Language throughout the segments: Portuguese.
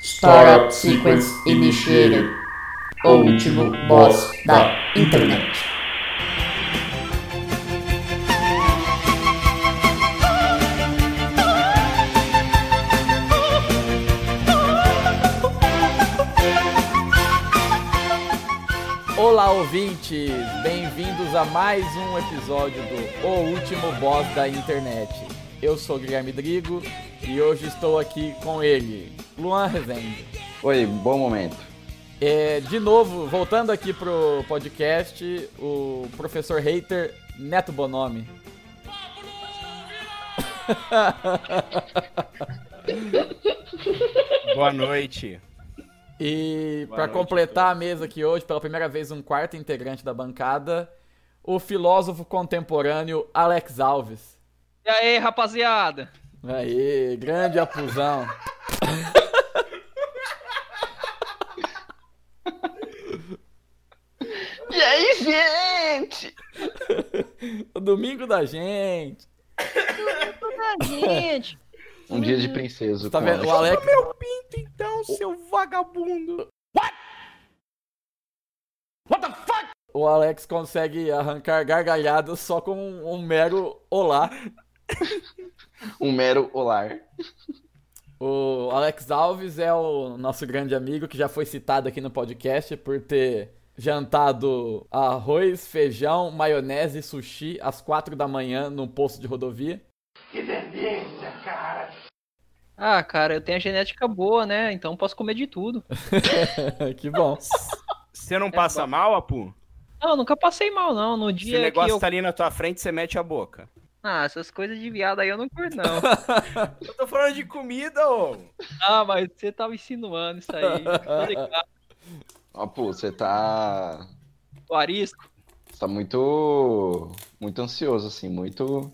Startup Sequence Initiated O último boss da internet. Olá, ouvintes! Bem-vindos a mais um episódio do O Último Boss da Internet. Eu sou Guilherme Drigo e hoje estou aqui com ele, Luan Rezende. Oi, bom momento. É, de novo, voltando aqui pro podcast, o professor hater Neto Bonomi. Boa noite. E para completar a mesa aqui hoje, pela primeira vez, um quarto integrante da bancada, o filósofo contemporâneo Alex Alves. E aí, rapaziada? Aí, grande apusão. E aí, gente? o domingo da gente. Gente, Um dia de princesa. Tá com vendo? O Alex. Alex, Então, seu vagabundo. o Alex consegue arrancar gargalhadas só com um, um mero olá. Um mero olar. O Alex Alves é o nosso grande amigo que já foi citado aqui no podcast por ter jantado arroz, feijão, maionese e sushi às quatro da manhã num posto de rodovia. Ah, cara, eu tenho a genética boa, né? Então posso comer de tudo. que bom. Você não passa mal, Apu? Não, eu nunca passei mal, não. No Se o É dia que negócio eu. tá ali na tua frente, você mete a boca. Ah, essas coisas de viado aí eu não curto, não. Eu tô falando de comida, ô. ah, mas você tava insinuando isso aí. Tô ligado, Ó, pô, você tá. o arisco. Você tá muito. Muito ansioso, assim, muito.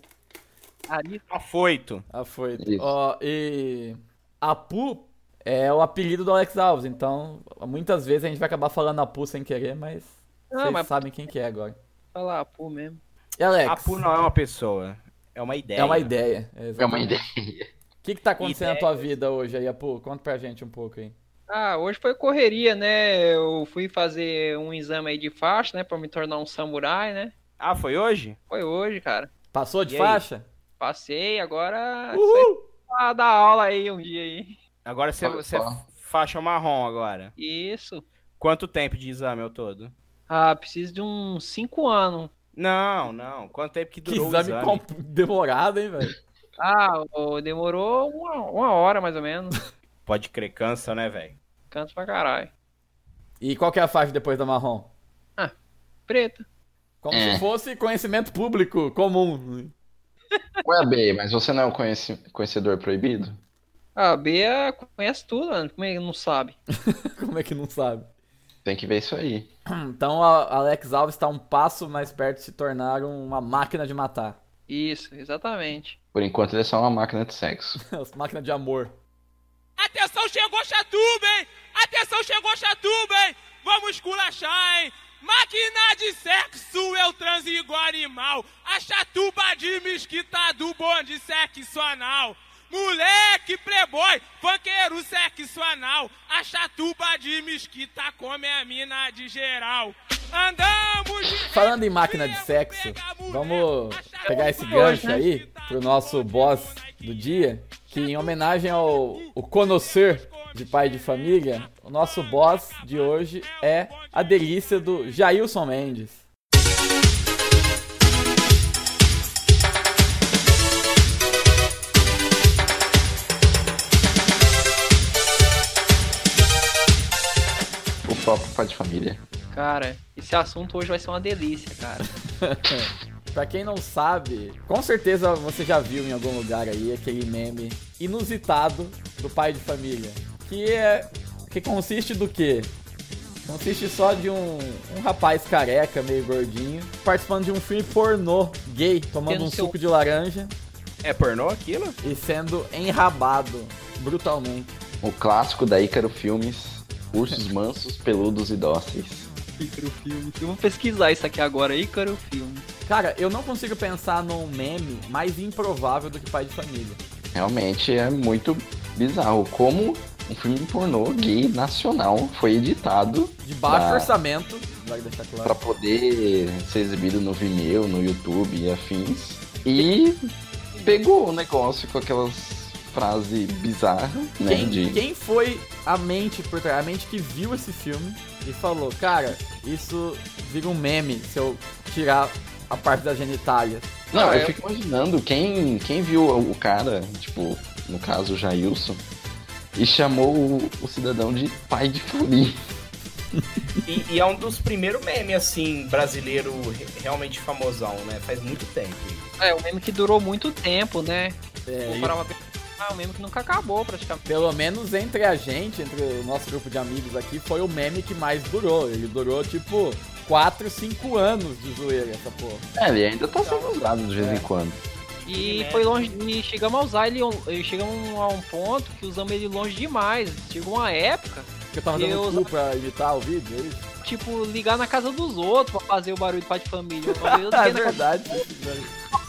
arisco. Afoito. Ah, foi. Isso. Ó, e Apu é o apelido do Alex Alves, então muitas vezes a gente vai acabar falando Apu sem querer, mas Ah, vocês mas sabem quem que é agora. falar pô mesmo. E Alex, Apu não é uma pessoa. É uma ideia. é uma ideia. É uma ideia. O que, que tá acontecendo na tua vida hoje aí, Apu? Conta pra gente um pouco aí. Ah, hoje foi correria, né? Eu fui fazer um exame aí de faixa, né? Pra me tornar um samurai, né? Ah, foi hoje? Foi hoje, cara. Passou de E aí? faixa? Passei, agora. Uhul! Ah, dar aula aí um dia aí. Agora você, Olha você é só. faixa marrom agora. Isso. Quanto tempo de exame ao todo? Ah, preciso de uns 5 anos. Não, não. Quanto tempo que Que durou exame, o exame? comp- demorado, hein, velho? Ah, ô, demorou uma, uma hora mais ou menos. Pode crer, cansa, né, velho? Canto pra caralho. E qual que é a faixa depois da marrom? Preta. Como É. se fosse conhecimento público comum. Ué, B, mas você não é um conheci- conhecedor proibido? Ah, a Bia conhece tudo, mano. Como é que não sabe? Como é que não sabe? Tem que ver isso aí. Então a Alex Alves tá um passo mais perto de se tornar uma máquina de matar. Isso, exatamente. Por enquanto ele é só uma máquina de sexo. máquina de amor. Atenção, chegou Chatuba, hein? Atenção, chegou Chatuba, hein? Vamos culachar, hein? Máquina de sexo, eu transo igual animal. A chatuba de mesquita do bonde sexo anal. Moleque, playboy, funkeiro sexo anal. A chatuba de mesquita come a mina de geral. Andamos de... Falando em máquina de sexo, vamos pegar esse gancho aí pro nosso boss do dia, que em homenagem ao o conhecer de pai de família, o nosso boss de hoje é a delícia do Jailson Mendes. O próprio pai de família. Cara, esse assunto hoje vai ser uma delícia, cara. Pra quem não sabe, com certeza você já viu em algum lugar aí aquele meme inusitado do pai de família. Que é. Que consiste do quê? Consiste só de um, um rapaz careca, meio gordinho, participando de um filme pornô gay, tomando Tendo um seu- suco de laranja É pornô aquilo? e sendo enrabado brutalmente. O clássico da Ícaro Filmes. Ursos mansos, peludos e dóceis. Ícaro Filme. Eu vou pesquisar isso aqui agora, Ícaro Filme. Cara, eu não consigo pensar num meme mais improvável do que pai de família. Realmente é muito bizarro. Como um filme pornô gay nacional foi editado De baixo Tá. orçamento, vale deixar claro. pra poder ser exibido no Vimeo, no YouTube e afins. E pegou o negócio com aquelas frases bizarras, né? Quem, de- quem foi a mente por trás, a mente que viu esse filme e falou, cara, isso vira um meme se eu tirar a parte da genitália. Não, Ah, eu eu- fico imaginando quem, quem viu o cara, tipo, no caso o Jailson, e chamou o, o cidadão de pai de família. E, e é um dos primeiros memes, assim, brasileiro re- realmente famosão, né? Faz muito tempo. É, um meme que durou muito tempo, né? É, Vou e parar pra pensar, um meme que nunca acabou praticamente. pelo menos entre a gente, entre o nosso grupo de amigos aqui, foi o meme que mais durou. Ele durou tipo 4, 5 anos de zoeira essa porra. É, ele ainda tá sendo usado de vez em quando. E foi longe, e chegamos a usar ele, e chegamos a um ponto que usamos ele longe demais. Chegou uma época, Porque eu tava dando Eu- cu pra editar o vídeo, é isso? tipo, ligar na casa dos outros pra fazer o barulho do pai de família. Uma vez Ah, eu é tá liguei na casa verdade.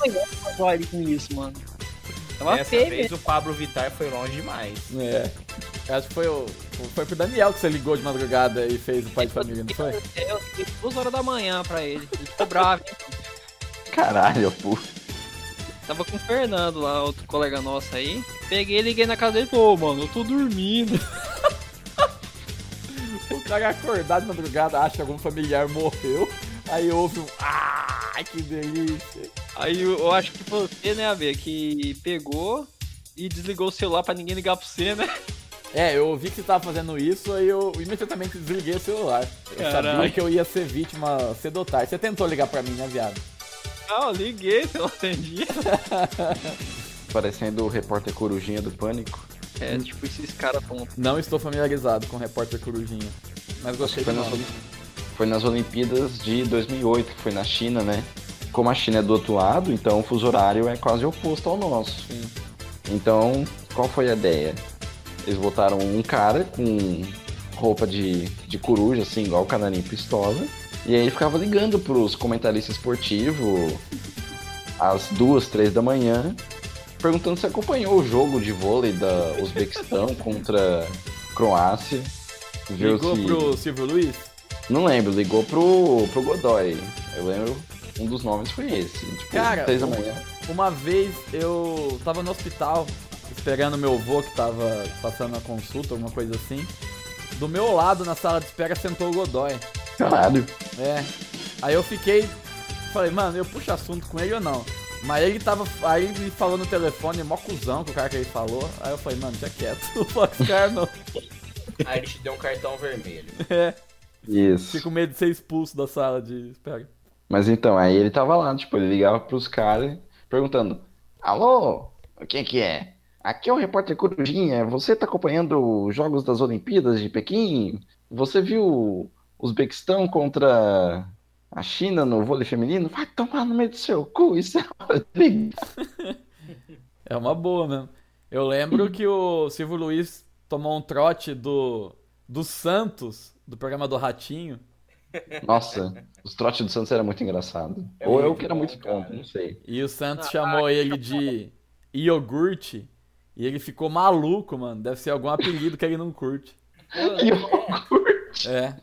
do pessoal ali com isso, mano. Tava Dessa feio, vez o Pablo Vittar foi longe demais. É. Eu Acho que foi, o, foi pro Daniel que você ligou de madrugada e fez o pai de família, não foi? Eu liguei duas horas da manhã pra ele. Ele ficou bravo, hein? Caralho, pô. Tava com o Fernando lá, outro colega nosso aí. Peguei, liguei na casa dele e falou, "Ô, mano, eu tô dormindo. O cara acordado de madrugada, acha que algum familiar morreu, aí ouve um. Ah, que delícia! Aí eu, eu acho que você, né, AB, que pegou e desligou o celular pra ninguém ligar pra você, né? É, eu ouvi que você tava fazendo isso, aí eu imediatamente desliguei o celular. Eu sabia Caralho. que eu ia ser vítima cedo ou tarde. Você tentou ligar pra mim, né, viado? Não, eu liguei, você não atendia. Parecendo o repórter Corujinha do Pânico. É, tipo, esses caras tão... Não estou familiarizado com o repórter Corujinha. Mas gostei Foi do nas, nome. Olim- foi nas Olimpíadas de 2008, que foi na China, né? Como a China é do outro lado, então o fuso horário é quase oposto ao nosso. Sim. Então, qual foi a ideia? Eles botaram um cara com roupa de, de coruja, assim, igual o canarinho pistola. E aí ele ficava ligando pros comentaristas esportivos às duas, três da manhã, perguntando se acompanhou o jogo de vôlei da Uzbequistão contra Croácia. Viu Ligou se- pro Silvio Luiz? não lembro, ligou pro, pro Godoy. Eu lembro, um dos nomes foi esse. Tipo, Cara, três da o- manhã. Uma vez eu tava no hospital esperando meu avô que tava passando a consulta, alguma coisa assim. Do meu lado na sala de espera sentou o Godoy. Caralho. É. Aí eu fiquei. Falei, mano, eu puxo assunto com ele ou não? Mas ele tava. Aí ele me falou no telefone, mó cuzão com o cara que ele falou. Aí eu falei, mano, já quieto. Não fala com esse cara não. Aí ele te deu um cartão vermelho. É. Isso. Fiquei com medo de ser expulso da sala de espera. Mas então, aí ele tava lá, tipo, ele ligava pros caras perguntando: Alô, quem que é? Aqui é o repórter Corujinha, você tá acompanhando os Jogos das Olimpíadas de Pequim? Você viu o Uzbequistão contra a China no vôlei feminino? Vai tomar no meio do seu cu, isso é hora de ligar." É uma boa mesmo. Eu lembro que o Silvio Luiz tomou um trote do. do Santos, do programa do Ratinho. Nossa, os trotes do Santos era muito engraçado. É Ou eu muito que era bom, muito cara. tonto, não sei. E o Santos chamou ele de iogurte. E ele ficou maluco, mano. Deve ser algum apelido que ele não curte. Pô, É.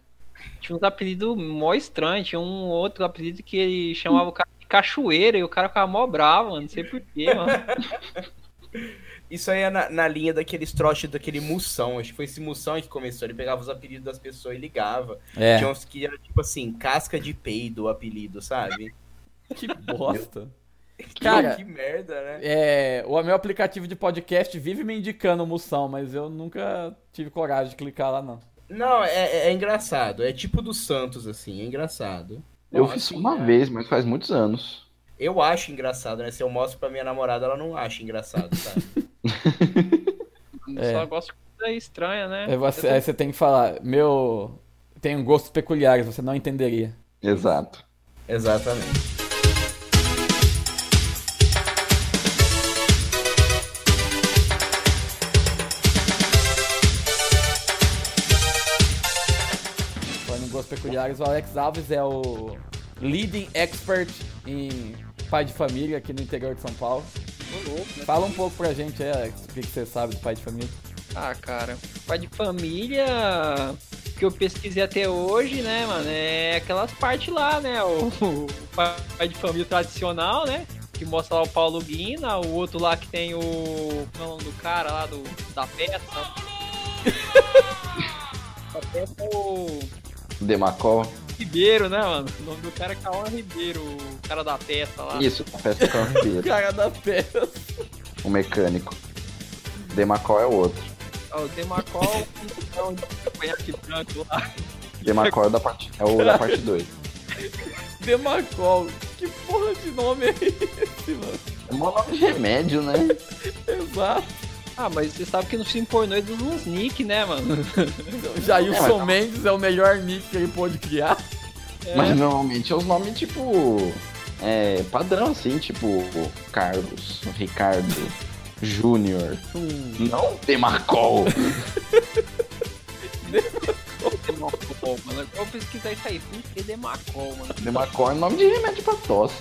Tinha uns apelidos mó estranhos, tinha um outro apelido que ele chamava o cara de cachoeira e o cara ficava mó bravo, mano, não sei porquê, mano. Isso aí é na, na linha daqueles trotes daquele Mussão. Acho que foi esse Mussão que começou. Ele pegava os apelidos das pessoas e ligava. É. Tinha uns que era tipo assim, casca de peido o apelido, sabe? Que bosta. que, Cara, merda, né? é, o meu aplicativo de podcast vive me indicando moção, mas eu nunca tive coragem de clicar lá, não. Não, é, é engraçado. É tipo do Santos, assim, é engraçado. Eu Bom, fiz assim, uma é, vez, mas faz muitos anos. Eu acho engraçado, né? Se eu mostro pra minha namorada, ela não acha engraçado, sabe? É. Só gosto de coisa estranha, né? Aí você, aí você tem que falar, meu. Tem gostos peculiares, você não entenderia. Exato. Exatamente. Falando em gostos peculiares, o Alex Alves é o leading expert em pai de família né? aqui no interior de São Paulo. Fala um pouco pra gente aí, Alex, o que que você sabe de pai de família. Ah, cara, pai de família, o que eu pesquisei até hoje, né, mano, é aquelas partes lá, né, o, o pai de família tradicional, né, que mostra lá o Paulo Guina, o outro lá que tem o, como é o nome do cara lá, do, da peça, da peça é o Demacol. Ribeiro, né, mano, o nome do cara é Cauã Ribeiro, o cara da peça lá. Isso, a festa do carro Cara da peça. o mecânico. Demacol é o outro. Ah, O Demacol é um cavanhaque branco lá. Demacol é, da parte, é o da parte 2. Demacol. Que porra de nome é esse, mano? É mó nome de remédio, né? Exato. Ah, mas você sabe que no filme pornô eles usam é uns nick, né, mano? Então, Jailson Mendes é o melhor nick que ele pôde criar. Mas normalmente é os nomes tipo. É padrão assim, tipo Carlos, Ricardo, Júnior. Hum. Não Demacol. Demacol, mano. Eu vou pesquisar isso aí. Por que Demacol, mano? Demacol é nome de remédio pra tosse.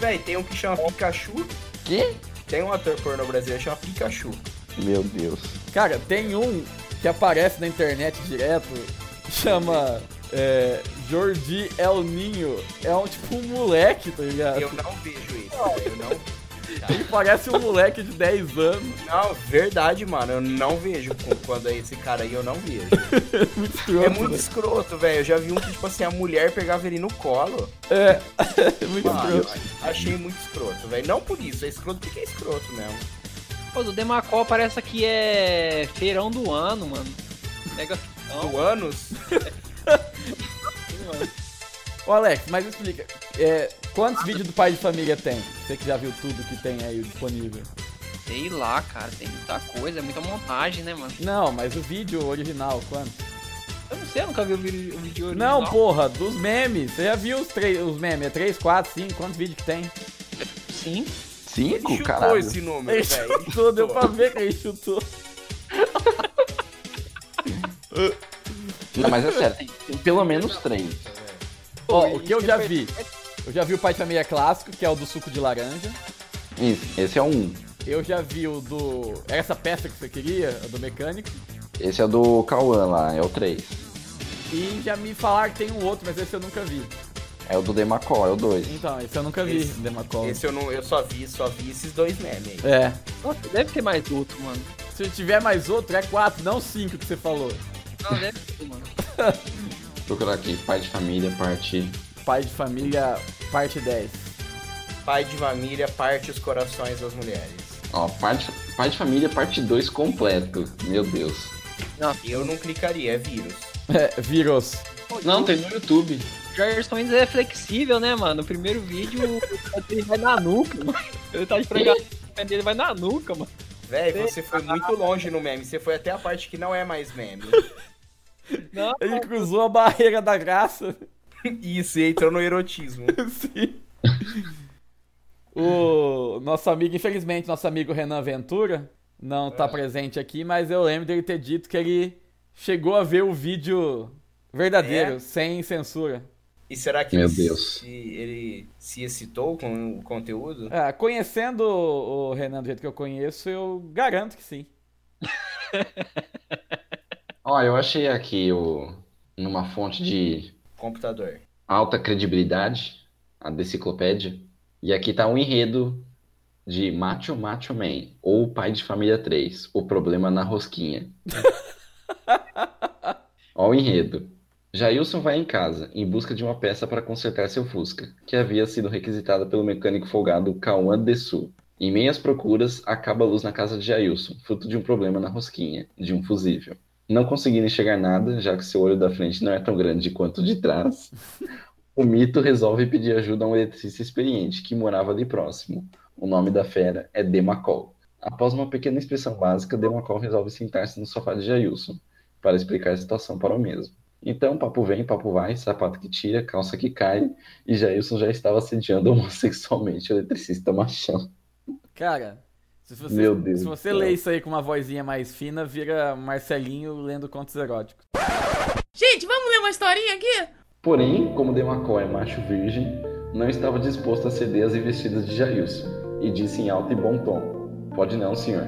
Véi, tem um que chama Pikachu. Que? Tem um ator pornô brasileiro que chama Pikachu. Meu Deus. Cara, tem um que aparece na internet direto, chama é, Jordi El Ninho. É um tipo um moleque, tá ligado? Eu não vejo isso. velho, Eu não. Ele parece um moleque de 10 anos. Não, verdade, mano. Eu não vejo com- quando é esse cara aí, eu não vejo. Muito É escroto. muito escroto, velho. Eu já vi um que, tipo assim, a mulher pegava ele no colo. É, muito Mano, escroto. achei muito escroto, velho. Não por isso, é escroto porque é escroto mesmo. Pô, do Demacol parece que é feirão do ano, mano. Mega feirão, Do anos, mano. Ô Alex, mas explica, é, quantos vídeos do pai de família tem? Você que já viu tudo que tem aí disponível. Sei lá, cara. Tem muita coisa, é muita montagem, né, mano? Não, mas o vídeo original, quanto? Eu não sei, eu nunca vi o vídeo, o vídeo original. Não, porra, dos memes. Você já viu os, três, os memes? É 3, 4, 5, quantos vídeos que tem? Sim. ele Cinco, chutou caralho. esse número, Ele velho. Ele chutou, deu chutou. pra ver que ele chutou. Não, mas é sério, tem, tem pelo menos três. Ó, Pô, o que eu isso já foi- vi. Eu já vi o pai de família clássico, que é o do suco de laranja. Isso, esse é um. Eu já vi o do. Era essa peça que você queria, a do mecânico. Esse é do Cauã lá, é o três. E já me falaram que tem um outro, mas esse eu nunca vi. É o do Demacol, é o dois. Então, esse eu nunca vi, Esse- Demacol. Esse eu, não, eu só vi, só vi esses dois memes aí. É. Nossa, deve ter mais outro, mano. Se tiver mais outro, é 4, não 5 que você falou. Não, deve ter, mano. Procurar aqui, pai de família, parte. Pai de família, parte 10. Pai de família parte os corações das mulheres. Ó, pai de, pai de família, parte 2 completo. Meu Deus. Eu não clicaria, é vírus. É, vírus. Não, tem no YouTube. O Jairson Mendes é flexível, né, mano? O primeiro vídeo ele vai na nuca, mano. Ele tá de pregação, ele vai na nuca, mano. Velho, você foi muito longe no meme. Você foi até a parte que não é mais meme. Não, Ele cruzou a barreira da graça. Isso, e entrou no erotismo. Sim. O nosso amigo, infelizmente, nosso amigo Renan Ventura não tá presente aqui, mas eu lembro dele ter dito que ele chegou a ver o vídeo verdadeiro, É? sem censura. E será que Meu ele Deus. Se, ele se excitou com o conteúdo? Ah, conhecendo o o Renan do jeito que eu conheço, eu garanto que sim. Ó, eu achei aqui o, numa fonte de Computador. alta credibilidade, a deciclopédia. E aqui tá um enredo de Macho Macho Man, ou Pai de Família 3, o problema na rosquinha. Ó o enredo. Jailson vai em casa, em busca de uma peça para consertar seu Fusca, que havia sido requisitada pelo mecânico folgado Cauã Dessu. Em meias procuras, acaba a luz na casa de Jailson, fruto de um problema na rosquinha, de um fusível. Não conseguindo enxergar nada, já que seu olho da frente não é tão grande quanto o de trás, o mito resolve pedir ajuda a um eletricista experiente que morava ali próximo. O nome da fera é Demacol. Após uma pequena inspeção básica, Demacol resolve sentar-se no sofá de Jailson para explicar a situação para o mesmo. Então, papo vem, papo vai, sapato que tira, calça que cai, e Jailson já estava assediando homossexualmente o eletricista machão. Cara, se você, Meu Deus se do você céu. lê isso aí com uma vozinha mais fina, vira Marcelinho lendo contos eróticos. Gente, vamos ler uma historinha aqui? Porém, como Demacol é macho virgem, não estava disposto a ceder às investidas de Jailson, e disse em alto e bom tom: Pode não, senhor.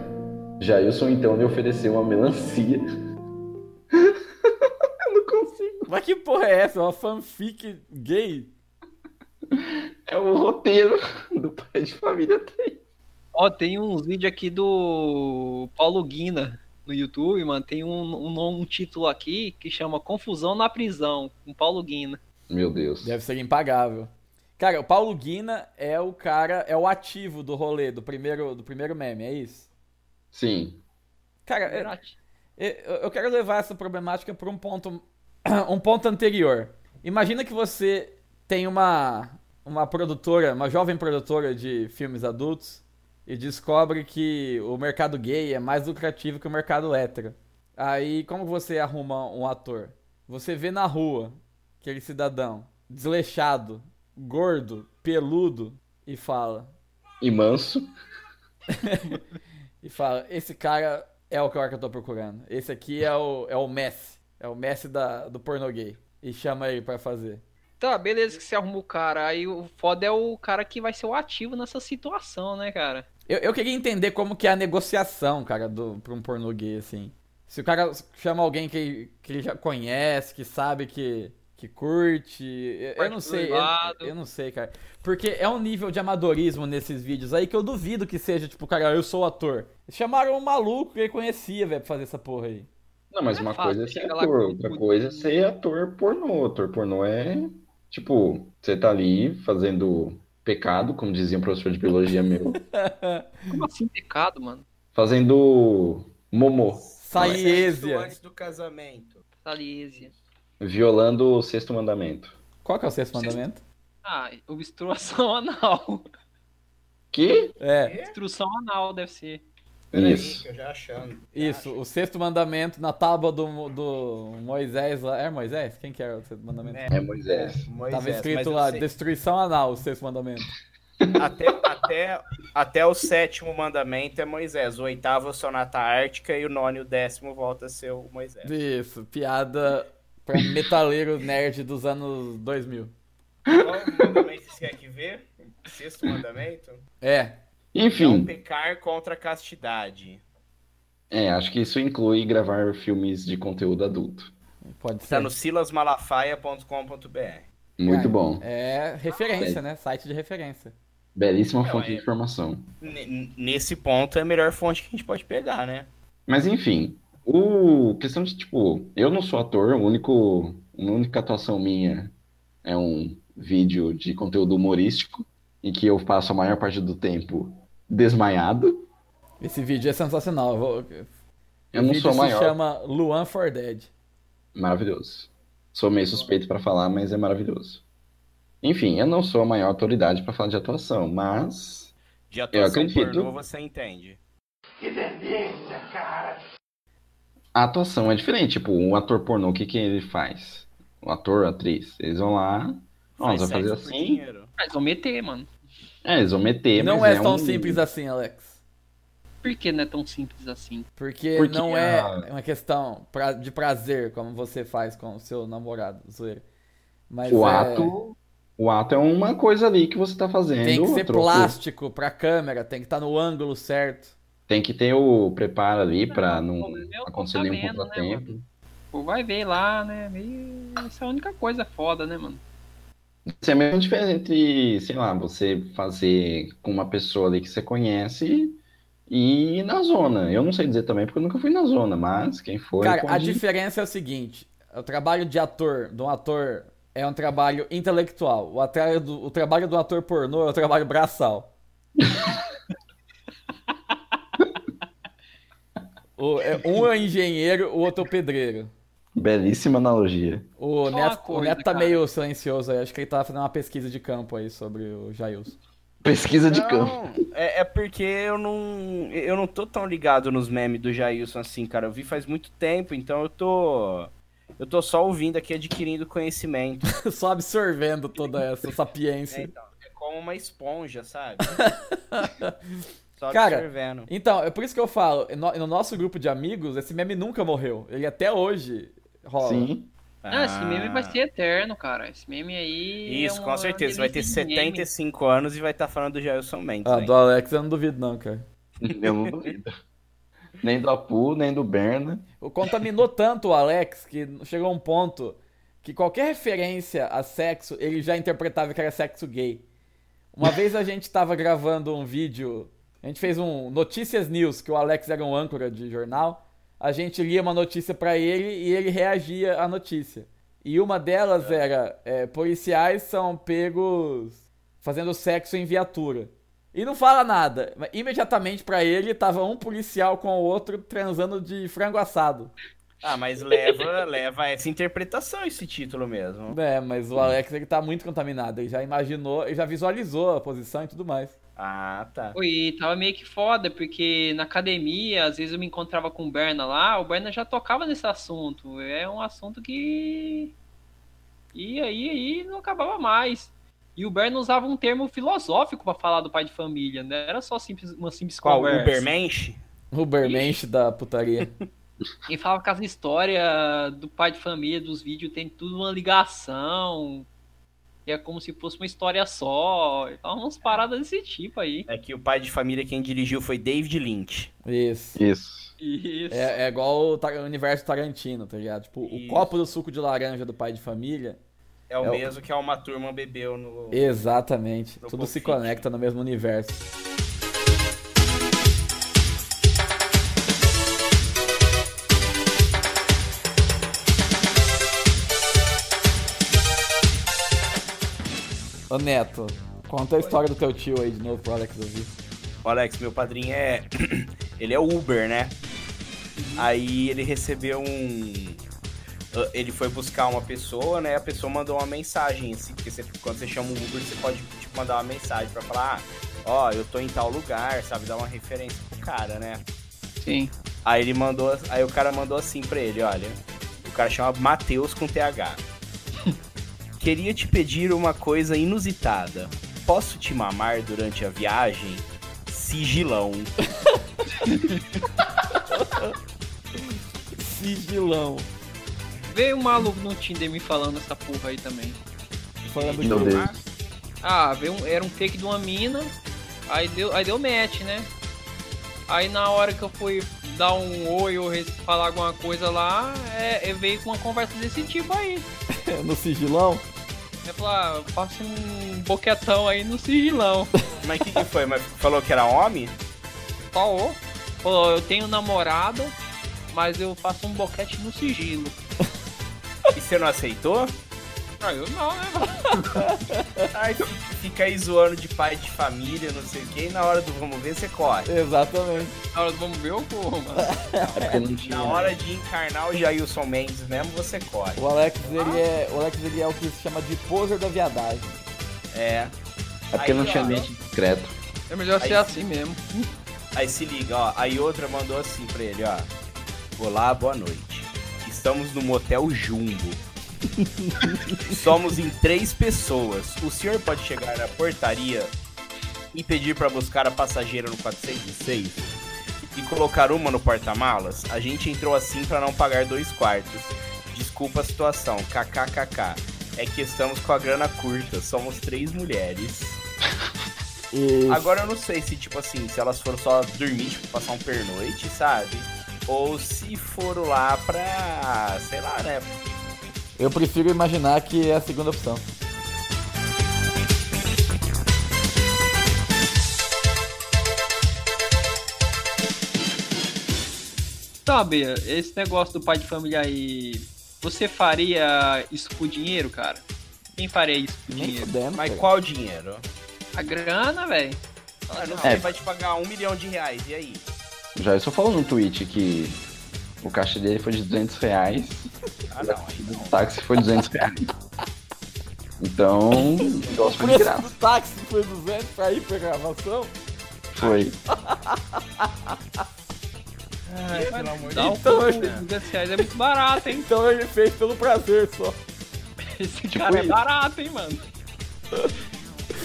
Jailson então lhe ofereceu uma melancia. Eu não consigo. Mas que porra é essa? Uma fanfic gay? É o roteiro do pai de família tem. Ó, tem uns vídeos aqui do Paulo Guina no YouTube, mano. Tem um, um, um título aqui que chama Confusão na Prisão, com Paulo Guina. Meu Deus. Deve ser impagável. Cara, o Paulo Guina é o cara, é o ativo do rolê, do primeiro, do primeiro meme, é isso? Sim. Cara, é- é- eu, eu quero levar essa problemática para um ponto, um ponto anterior. Imagina que você tem uma, uma produtora, uma jovem produtora de filmes adultos e descobre que o mercado gay é mais lucrativo que o mercado hétero. Aí, como você arruma um ator? Você vê na rua aquele cidadão desleixado, gordo, peludo e fala, E manso. e fala: Esse cara é o cara que eu tô procurando. Esse aqui é o, é o Messi. É o Messi da, do pornô gay. E chama ele pra fazer. Tá, beleza que você arruma o cara. Aí o foda é o cara que vai ser o ativo nessa situação, né, cara? Eu, eu queria entender como que é a negociação, cara, do, pra um pornô gay, assim. Se o cara chama alguém que, que ele já conhece, que sabe que, que curte. Eu, eu não Parte sei. Eu, privado. eu não sei, cara. Porque é um nível de amadorismo nesses vídeos aí que eu duvido que seja, tipo, cara, eu sou ator. Chamaram um maluco que ele conhecia, velho, pra fazer essa porra aí. Não, mas Não é uma fácil, coisa é ser chega lá ator, com outra tudo. coisa é ser ator pornô. Ator pornô é, tipo, você tá ali fazendo pecado, como dizia um professor de biologia meu, Como assim pecado, mano? fazendo momô, Tá Sexo Saiesia. antes do casamento. Talísia. violando o sexto mandamento. Qual que é o sexto mandamento? Ah, obstruação anal. Que? É, Obstrução anal deve ser. Peraí, Isso. que eu já achando. Já isso, acho. o sexto mandamento na tábua do, Mo- do Moisés lá. É Moisés? Quem que era o sexto mandamento? É Moisés. Moisés, Tava mas escrito eu lá, sei- destruição anal, o sexto mandamento. até, até, até o sétimo mandamento é Moisés. O oitavo é o Sonata Ártica e o nono e o décimo volta a ser o Moisés. Isso, piada pra metaleiro nerd dos anos 2000. Qual mandamento você quer que ver? Sexto mandamento? É, Não Enfim, pecar contra a castidade. é, acho que isso inclui gravar filmes de conteúdo adulto. pode ser. Tá no silasmalafaia.com.br. Muito bom. É referência, né? Site de referência. Belíssima Não, fonte é- de informação. N- n- Nesse ponto é a melhor fonte que a gente pode pegar, né? Mas enfim, o questão de tipo, eu não sou ator, o único, a única atuação minha é um vídeo de conteúdo humorístico em que eu passo a maior parte do tempo desmaiado. Esse vídeo é sensacional. eu vou- O Eu não vídeo sou a se maior. chama Luan for Dead. Maravilhoso. Sou meio suspeito pra falar, mas é maravilhoso. Enfim, eu não sou a maior autoridade pra falar de atuação, mas De atuação acredito. pornô você entende. a atuação é diferente. Tipo, um ator pornô, o que que ele faz? O ator, a atriz, eles vão lá, ó, Faz eles vão fazer sexo por assim. dinheiro. Mas Ah, vão meter, mano. É, eles vão meter, Não mas é tão um- simples assim, Alex. Por que não é tão simples assim? Porque, Porque ah. não é a- uma questão pra- de prazer, como você faz com o seu namorado, zoeira. Mas O é- ato, o ato é uma coisa ali que você tá fazendo. tem que ser a troco- plástico pra câmera, tem que estar no ângulo certo. Tem que ter o preparo ali pra não pelo menos acontecer tá nenhum vendo, né, contratempo. Pô, vai ver lá, né? Meio... Essa é a única coisa foda, né, mano? Isso é a mesma diferença entre, sei lá, você fazer com uma pessoa ali que você conhece e ir na zona. Eu não sei dizer também porque eu nunca fui na zona, mas quem foi Cara, a pode ir. diferença é o seguinte: o trabalho de ator, de um ator, é um trabalho intelectual. O, atraio do- o trabalho do ator pornô é o trabalho braçal. O- é- um é engenheiro, o outro é o pedreiro. Belíssima analogia. O Só uma Neto, o coisa, Neto tá cara. meio silencioso aí. Acho que ele tava fazendo uma pesquisa de campo aí sobre o Jailson. Pesquisa Tá de campo. Não, é, é porque eu não, eu não tô tão ligado nos memes do Jailson assim, cara. Eu vi faz muito tempo, então eu tô. Eu tô só ouvindo aqui, adquirindo conhecimento. Só absorvendo toda essa É, sapiência. então, é como uma esponja, sabe? só Cara, observando. Então, é por isso que eu falo: no, no nosso grupo de amigos, esse meme nunca morreu. Ele até hoje rola. Sim. Ah, esse meme vai ser eterno, cara. Esse meme aí. é Isso, uma com certeza. Vai ter delícia de meme. 75 anos e vai estar falando do tá Jailson Mendes. Ah, hein? do Alex eu não duvido não, cara. Eu não duvido. nem do Apu, nem do Berna. O- Contaminou tanto o Alex que chegou a um ponto que qualquer referência a sexo ele já interpretava que era sexo gay. Uma vez a gente tava gravando um vídeo, a gente fez um Notícias News, que o Alex era um âncora de jornal. A gente lia uma notícia pra ele e ele reagia à notícia. E uma delas era: é, policiais são pegos fazendo sexo em viatura. E não fala nada. Mas Imediatamente pra ele tava um policial com o outro transando de frango assado. Ah, mas leva, leva essa interpretação, esse título mesmo. É, mas o Alex ele tá muito contaminado. Ele já imaginou, ele já visualizou a posição e tudo mais. Ah, tá. E tava meio que foda, porque na academia, às vezes eu me encontrava com o Berna lá, o Berna já tocava nesse assunto. É um assunto que. E aí, aí não acabava mais. E o Berna usava um termo filosófico pra falar do pai de família, né? Era só simples, uma simples Qual? conversa. Ubermensch? O Bermensch da putaria. Ele falava que as histórias do pai de família, dos vídeos, tem tudo uma ligação. E é como se fosse uma história só. E tal, umas paradas desse tipo aí. É que o pai de família quem dirigiu foi David Lynch. Isso. Isso. Isso. É, é igual o, Tar- o universo Tarantino, tá ligado? Tipo, o Isso. copo do suco de laranja do pai de família. É o É o- mesmo que a Uma Turma bebeu no. Exatamente. No Tudo se Pulp Fiction. conecta no mesmo universo. Ô Neto, conta a história do teu tio aí de novo pro Alex ouvir. O Alex, meu padrinho é. ele é Uber, né? Aí ele recebeu um. Ah, Ele foi buscar uma pessoa, né? A pessoa mandou uma mensagem, assim, porque você- quando você chama o Uber, você pode tipo, mandar uma mensagem pra falar, ah, ó, eu tô em tal lugar, sabe? Dar uma referência pro cara, né? Sim. Aí ele mandou, aí o cara mandou assim pra ele, olha, o cara chama Matheus com TH. Queria te pedir uma coisa inusitada. Posso te mamar durante a viagem? Sigilão. Sigilão. Veio um maluco no Tinder me falando essa porra aí também. Falando Meu de... Deus. Ah, veio um- era um fake de uma mina, aí deu, aí deu match, né? Aí na hora que eu fui dar um oi ou res- falar alguma coisa lá, é, é, veio com uma conversa desse tipo aí. é No sigilão? Você falar, passa um boquetão aí no sigilão. Mas o que, que foi? Mas falou que era homem? Falou. Falou, eu tenho namorada, mas eu faço um boquete no sigilo. E você não aceitou? Aí eu não, né? mano? Aí fica aí zoando de pai de família, não sei o que, e na hora do vamos ver, você corre. Exatamente. Na hora do vamos ver o porra, mano. É porque não tinha. Na hora de encarnar o Jailson Mendes mesmo, você corre. O Alex, ele é, o Alex ele é o que se chama de poser da viadagem. É. É porque não Aí, tinha ó. ambiente discreto. É melhor Aí ser assim mesmo. Aí se liga, ó. Aí outra mandou assim pra ele, ó. Olá, boa noite. Estamos no motel Jumbo. Somos em três pessoas. O senhor pode chegar na portaria e pedir pra buscar a passageira no 406 e colocar uma no porta-malas? A gente entrou assim pra não pagar dois quartos. Desculpa a situação, kkkk. É que estamos com a grana curta, somos três mulheres. E Agora eu não sei se, tipo assim, se elas foram só dormir, tipo, passar um pernoite, sabe? Ou se foram lá pra. sei lá, né? eu prefiro imaginar que é a segunda opção. Sabe, Tá, esse negócio do pai de família aí, você faria isso por dinheiro, cara? Quem faria isso por Nem dinheiro? fudendo, Mas cara. qual dinheiro? A grana, velho. Ah, não É. sei, vai te pagar um milhão de reais, e aí? Já eu só falou no tweet que o caixa dele foi de 200 reais Ah, não, aí não. o táxi foi 200 reais. Então, o negócio O foi de preço graça. do táxi foi 200 pra ir pra gravação? Foi. Ai, Ah, é, pelo amor de dá um Deus, pulo, né? 200 reais é muito barato, hein? Então ele fez pelo prazer só. Esse Tipo cara é isso. barato, hein, mano?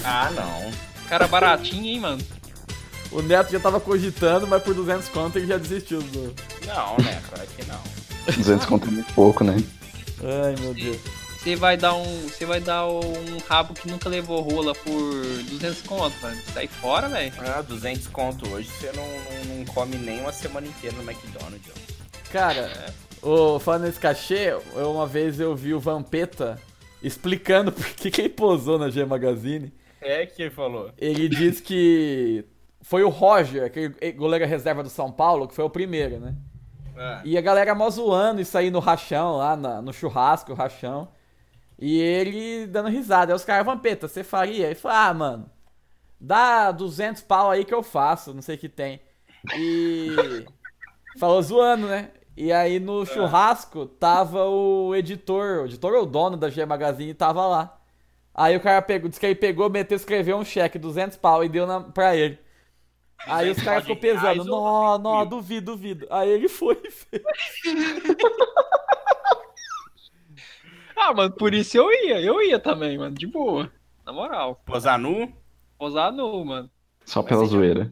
Ah, não. Cara baratinho, hein, mano? O Neto já tava cogitando, mas por 200 conto ele já desistiu do... Não, né? Claro que não. 200 conto é muito pouco, né? Ai, meu Deus. Você vai dar um. Você vai dar um rabo que nunca levou rola por 200 conto, mano. Sai fora, velho. Ah, 200 conto hoje, você não, não, não come nem uma semana inteira no McDonald's. ó. Cara, o, falando nesse cachê, eu- uma vez eu vi o Vampeta explicando por que, que ele posou na G Magazine. É que ele falou. Ele diz que foi o Roger, aquele goleiro reserva do São Paulo, que foi o primeiro, né? Ah, E a galera mó zoando isso aí no rachão, lá na- no churrasco, o rachão. E ele dando risada. Aí os caras, Vampeta, você faria? Ele falou, ah, mano, dá 200 pau aí que eu faço, não sei o que tem. E falou zoando, né? E aí no churrasco tava o editor, o editor ou o dono da G Magazine tava lá. Aí o cara pegou, disse que ele pegou, meteu, escreveu um cheque, 200 pau, e deu na, pra ele. Aí os caras ficou pesando, nó, nó, duvido, duvido. Aí ele foi e fez. Ah, mano, por isso eu ia. Eu ia também, mano. De boa. Na moral. Posar nu? É, Posar nu, mano. Só pela zoeira.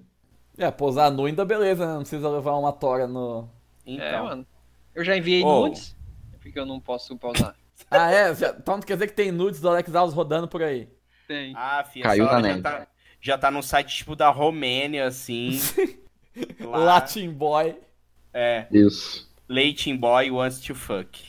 É, posar nu ainda beleza, né? Não precisa levar uma tora no. Então. É, mano. Eu já enviei Ô. nudes. Porque eu não posso pausar. Ah, é? já- Então quer dizer que tem nudes do Alex Alves rodando por aí. Tem. Ah, filho, Caiu essa na hora já net. tá, já tá num site tipo da Romênia, assim. Lá, Latin Boy. É, Isso. Leiting Boy wants to fuck.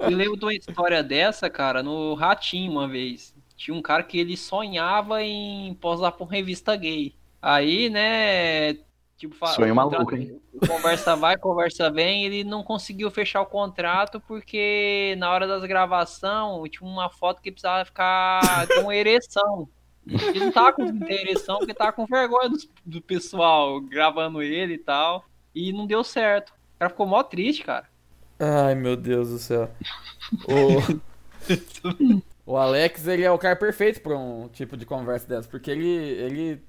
Eu lembro de uma história dessa, cara, no Ratinho uma vez. Tinha um cara que ele sonhava em posar pra uma revista gay. Aí, né, tipo... fa- Sonho o maluco, contrato- hein? Conversa vai, conversa vem, ele não conseguiu fechar o contrato porque na hora das gravações tinha uma foto que precisava ficar com ereção. Ele não tava com ereção porque tava com vergonha do, do pessoal gravando ele e tal. E não deu certo. O cara ficou mó triste, cara. Ai, meu Deus do céu. O. O Alex, ele é o cara perfeito pra um tipo de conversa dessa, porque ele, ele,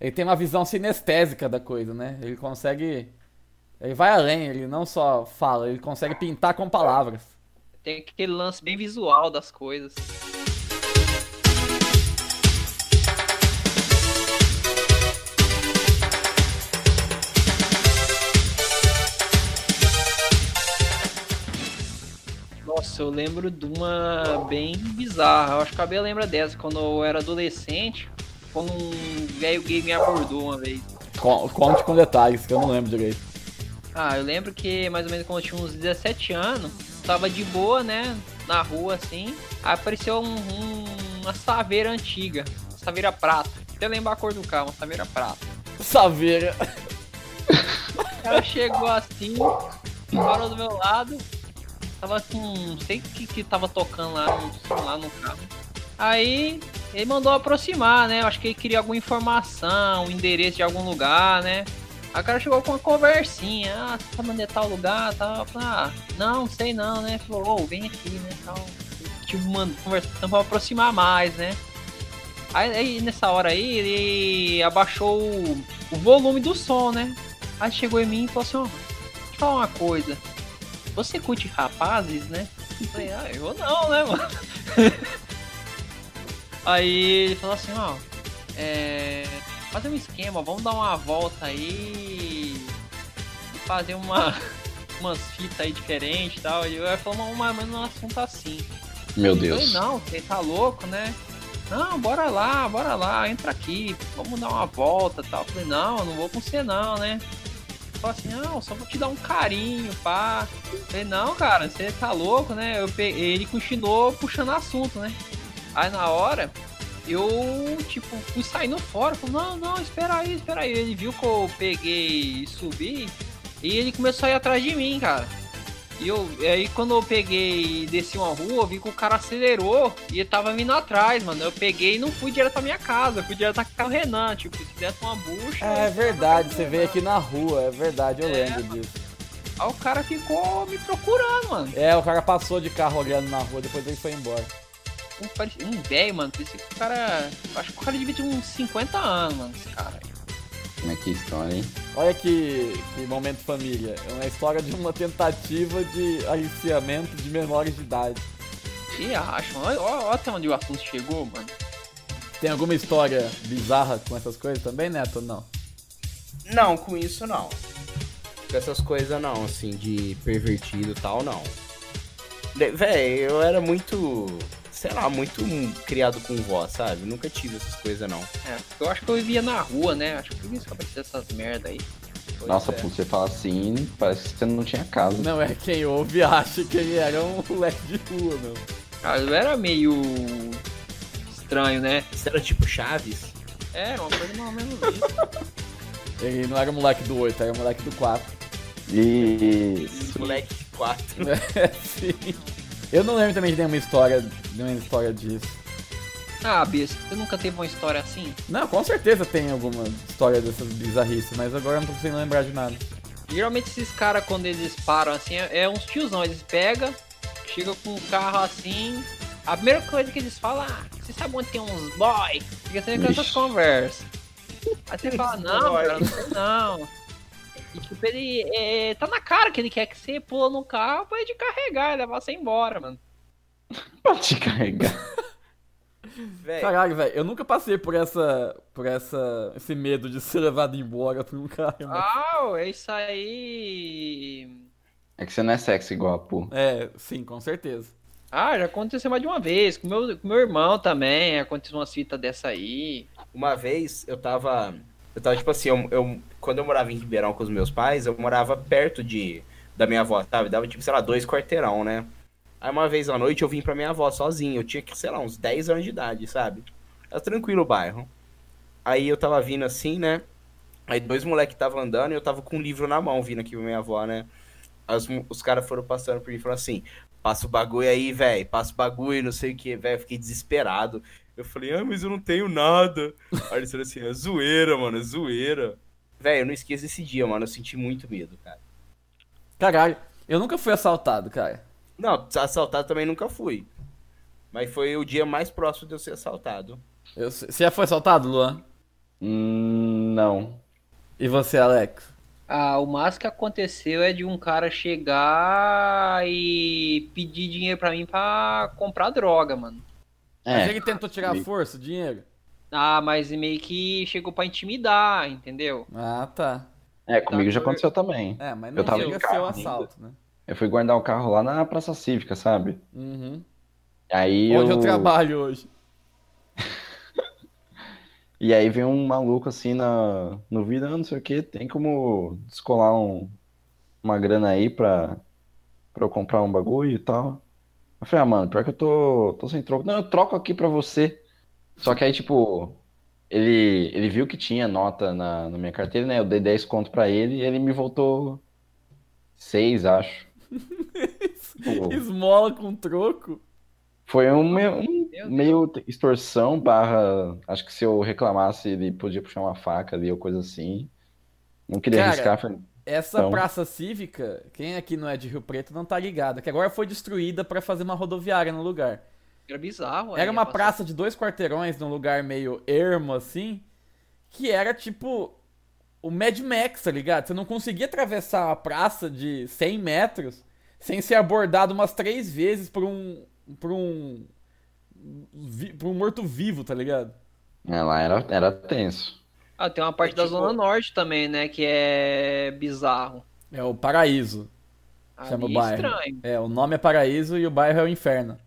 ele tem uma visão sinestésica da coisa, né? Ele consegue, ele vai além, ele não só fala, ele consegue pintar com palavras. Tem aquele lance bem visual das coisas. Nossa, eu lembro de uma bem bizarra. Eu acho que a Bia lembra dessa. Quando eu era adolescente, quando um velho gay me abordou uma vez. Con- Conte com detalhes, que eu não lembro direito. Ah, eu lembro que mais ou menos quando eu tinha uns 17 anos, tava de boa, né? Na rua assim. Aí apareceu um- um- uma saveira antiga, uma saveira prata. Até lembrar a cor do carro, uma saveira prata. Saveira. O cara chegou assim, parou do meu lado, tava com. não sei o que, que tava tocando lá no, lá no carro. Aí ele mandou aproximar, né? Eu acho que ele queria alguma informação, um endereço de algum lugar, né? Aí o cara chegou com uma conversinha, ah, você sabe onde é tal lugar, tal, Eu falei, ah, não, não sei não, né? Falou, ô, vem aqui, né? Tal. Tipo, mano, conversando pra aproximar mais, né? Aí, aí, nessa hora aí ele abaixou o- o volume do som, né? Aí chegou em mim e falou assim, ó, deixa eu falar uma coisa. Você curte rapazes, né? Eu falei, ah, eu não, né, mano? aí ele falou assim, ó, é, fazer um esquema, vamos dar uma volta aí e fazer uma, umas fitas aí diferentes e tal. E eu falou, mas mais ou menos um assunto assim. Meu Eu falei, Deus. não, você tá louco, né? Não, bora lá, bora lá, entra aqui, vamos dar uma volta e tal. Eu falei, não, eu não vou com você não, né? Falei assim, não, só vou te dar um carinho, pá. Eu falei, não, cara, você tá louco, né? Eu pe- Ele continuou puxando assunto, né? Aí na hora, eu, tipo, fui saindo fora, falei, não, não, espera aí, espera aí. Ele viu que eu peguei e subi, e ele começou a ir atrás de mim, cara. E eu, e aí quando eu peguei e desci uma rua, eu vi que o cara acelerou e ele tava vindo atrás, mano. Eu peguei e não fui direto pra minha casa, eu fui direto pra casa do Renan, tipo, se desse uma bucha. É verdade, você veio aqui na rua, é verdade, eu É, lembro disso. Aí o cara ficou me procurando, mano. É, o cara passou de carro olhando na rua, depois ele foi embora. Um, parecia- um velho, mano. Esse cara. Acho que o cara devia ter uns 50 anos, mano, esse cara. Como é que história, hein? Olha que, que momento família. É uma história de uma tentativa de aliciamento de memórias de idade. E acho, mano. Olha- Olha olha até onde o assunto chegou, mano. Tem alguma história bizarra com essas coisas também, Neto? ou Não. Não, com isso não. Com essas coisas não, assim, de pervertido e tal, não. De- Véi, eu era muito. Sei lá, muito hum, criado com vó, sabe? Nunca tive essas coisas, não. É, eu acho que eu vivia na rua, né? Acho que por isso que apareceu essas merda aí. Pois Nossa, é. pô, você fala assim, parece que você não tinha casa. né? Não é quem ouve acha que ele era um moleque de rua, meu. Ah, eu era meio estranho, né? Isso era tipo Chaves? É, uma coisa mais ou menos isso. Ele não era um moleque do 8, era moleque do 4. E Moleque de 4. É, Sim. Eu não lembro também de nenhuma história, nenhuma história disso. Ah, Bia, você nunca teve uma história assim? Não, com certeza tem alguma história dessas bizarrices, mas agora eu não tô conseguindo lembrar de nada. Geralmente esses caras, quando eles param assim, é é uns tiozão. Eles pegam, chegam com o carro assim. A primeira coisa que eles falam, ah, você sabe onde tem uns boy? Fica sempre com essas Ixi. conversas. Aí você fala, não, boy. cara, não sei não. E tipo, ele é, tá na cara que ele quer que você pula no carro pra ele te carregar e levar você embora, mano. pra te carregar. Véi, Caralho, velho, eu nunca passei por essa. por essa. esse medo de ser levado embora por um cara, mano. Ah, é isso aí. É que você não é sexy igual a pô. É, sim, com certeza. Ah, já aconteceu mais de uma vez. Com meu, com meu irmão também, aconteceu umas fitas dessa aí. uma vez eu tava. Eu tava tipo assim, eu, eu- quando eu morava em Ribeirão com os meus pais, eu morava perto de da minha avó, sabe? Dava tipo, sei lá, dois quarteirão, né? Aí uma vez à noite eu vim pra minha avó sozinho. Eu tinha, que, sei lá, uns 10 anos de idade, sabe? Era tranquilo o bairro. Aí eu tava vindo assim, né? Aí dois moleques estavam andando e eu tava com um livro na mão vindo aqui pra minha avó, né? Aí Os, mo- os caras foram passando por mim e falaram assim: passa o bagulho aí, velho, passa o bagulho, não sei o que, velho. Fiquei desesperado. Eu falei, ah, mas eu não tenho nada. Aí eles falaram assim: é zoeira, mano, é zoeira. Velho, eu não esqueço esse dia, mano. Eu senti muito medo, cara. Caralho, eu nunca fui assaltado, cara. Não, assaltado também nunca fui. Mas foi o dia mais próximo de eu ser assaltado. Eu- você já foi assaltado, Luan? Hum, não. E você, Alex? Ah, o máximo que aconteceu é de um cara chegar e pedir dinheiro pra mim pra comprar droga, mano. Mas É, ele tentou tirar a comigo. força, o dinheiro? Ah, mas meio que chegou pra intimidar, entendeu? Ah, tá. é comigo já aconteceu também. É, mas Eu não tava chega em a ser o carro assalto, né? Eu fui guardar o carro lá na Praça Cívica, sabe? Uhum. Aí Onde eu trabalho hoje. E aí vem um maluco assim na... no vidro, ah, não sei o que, tem como descolar um... uma grana aí pra... pra eu comprar um bagulho e tal. Eu falei, ah, mano, pior que eu tô, tô sem troco. Não, eu troco aqui pra você. Só que aí, tipo, ele, ele viu que tinha nota na... na minha carteira, né? Eu dei 10 conto pra ele e ele me voltou 6, acho. Tipo, Esmola com troco. Foi um, me- um Deus. meio extorsão barra. Acho que se eu reclamasse, ele podia puxar uma faca ali ou coisa assim. Não queria Cara, arriscar. falei, Essa Então. praça cívica, quem aqui não é de Rio Preto não tá ligado, que agora foi destruída pra fazer uma rodoviária no lugar. Era bizarro. aí Era uma ia passar- praça de dois quarteirões num lugar meio ermo assim, que era tipo o Mad Max, tá ligado? Você não conseguia atravessar uma praça de 100 metros sem ser abordado umas três vezes por um por um vi- por um morto vivo, tá ligado? "É, lá era, era tenso. Ah, tem uma parte É da tipo- Zona Norte também, né? Que é bizarro. É o paraíso. Chama Ali o é bairro. estranho. É, o nome é paraíso e o bairro é o inferno.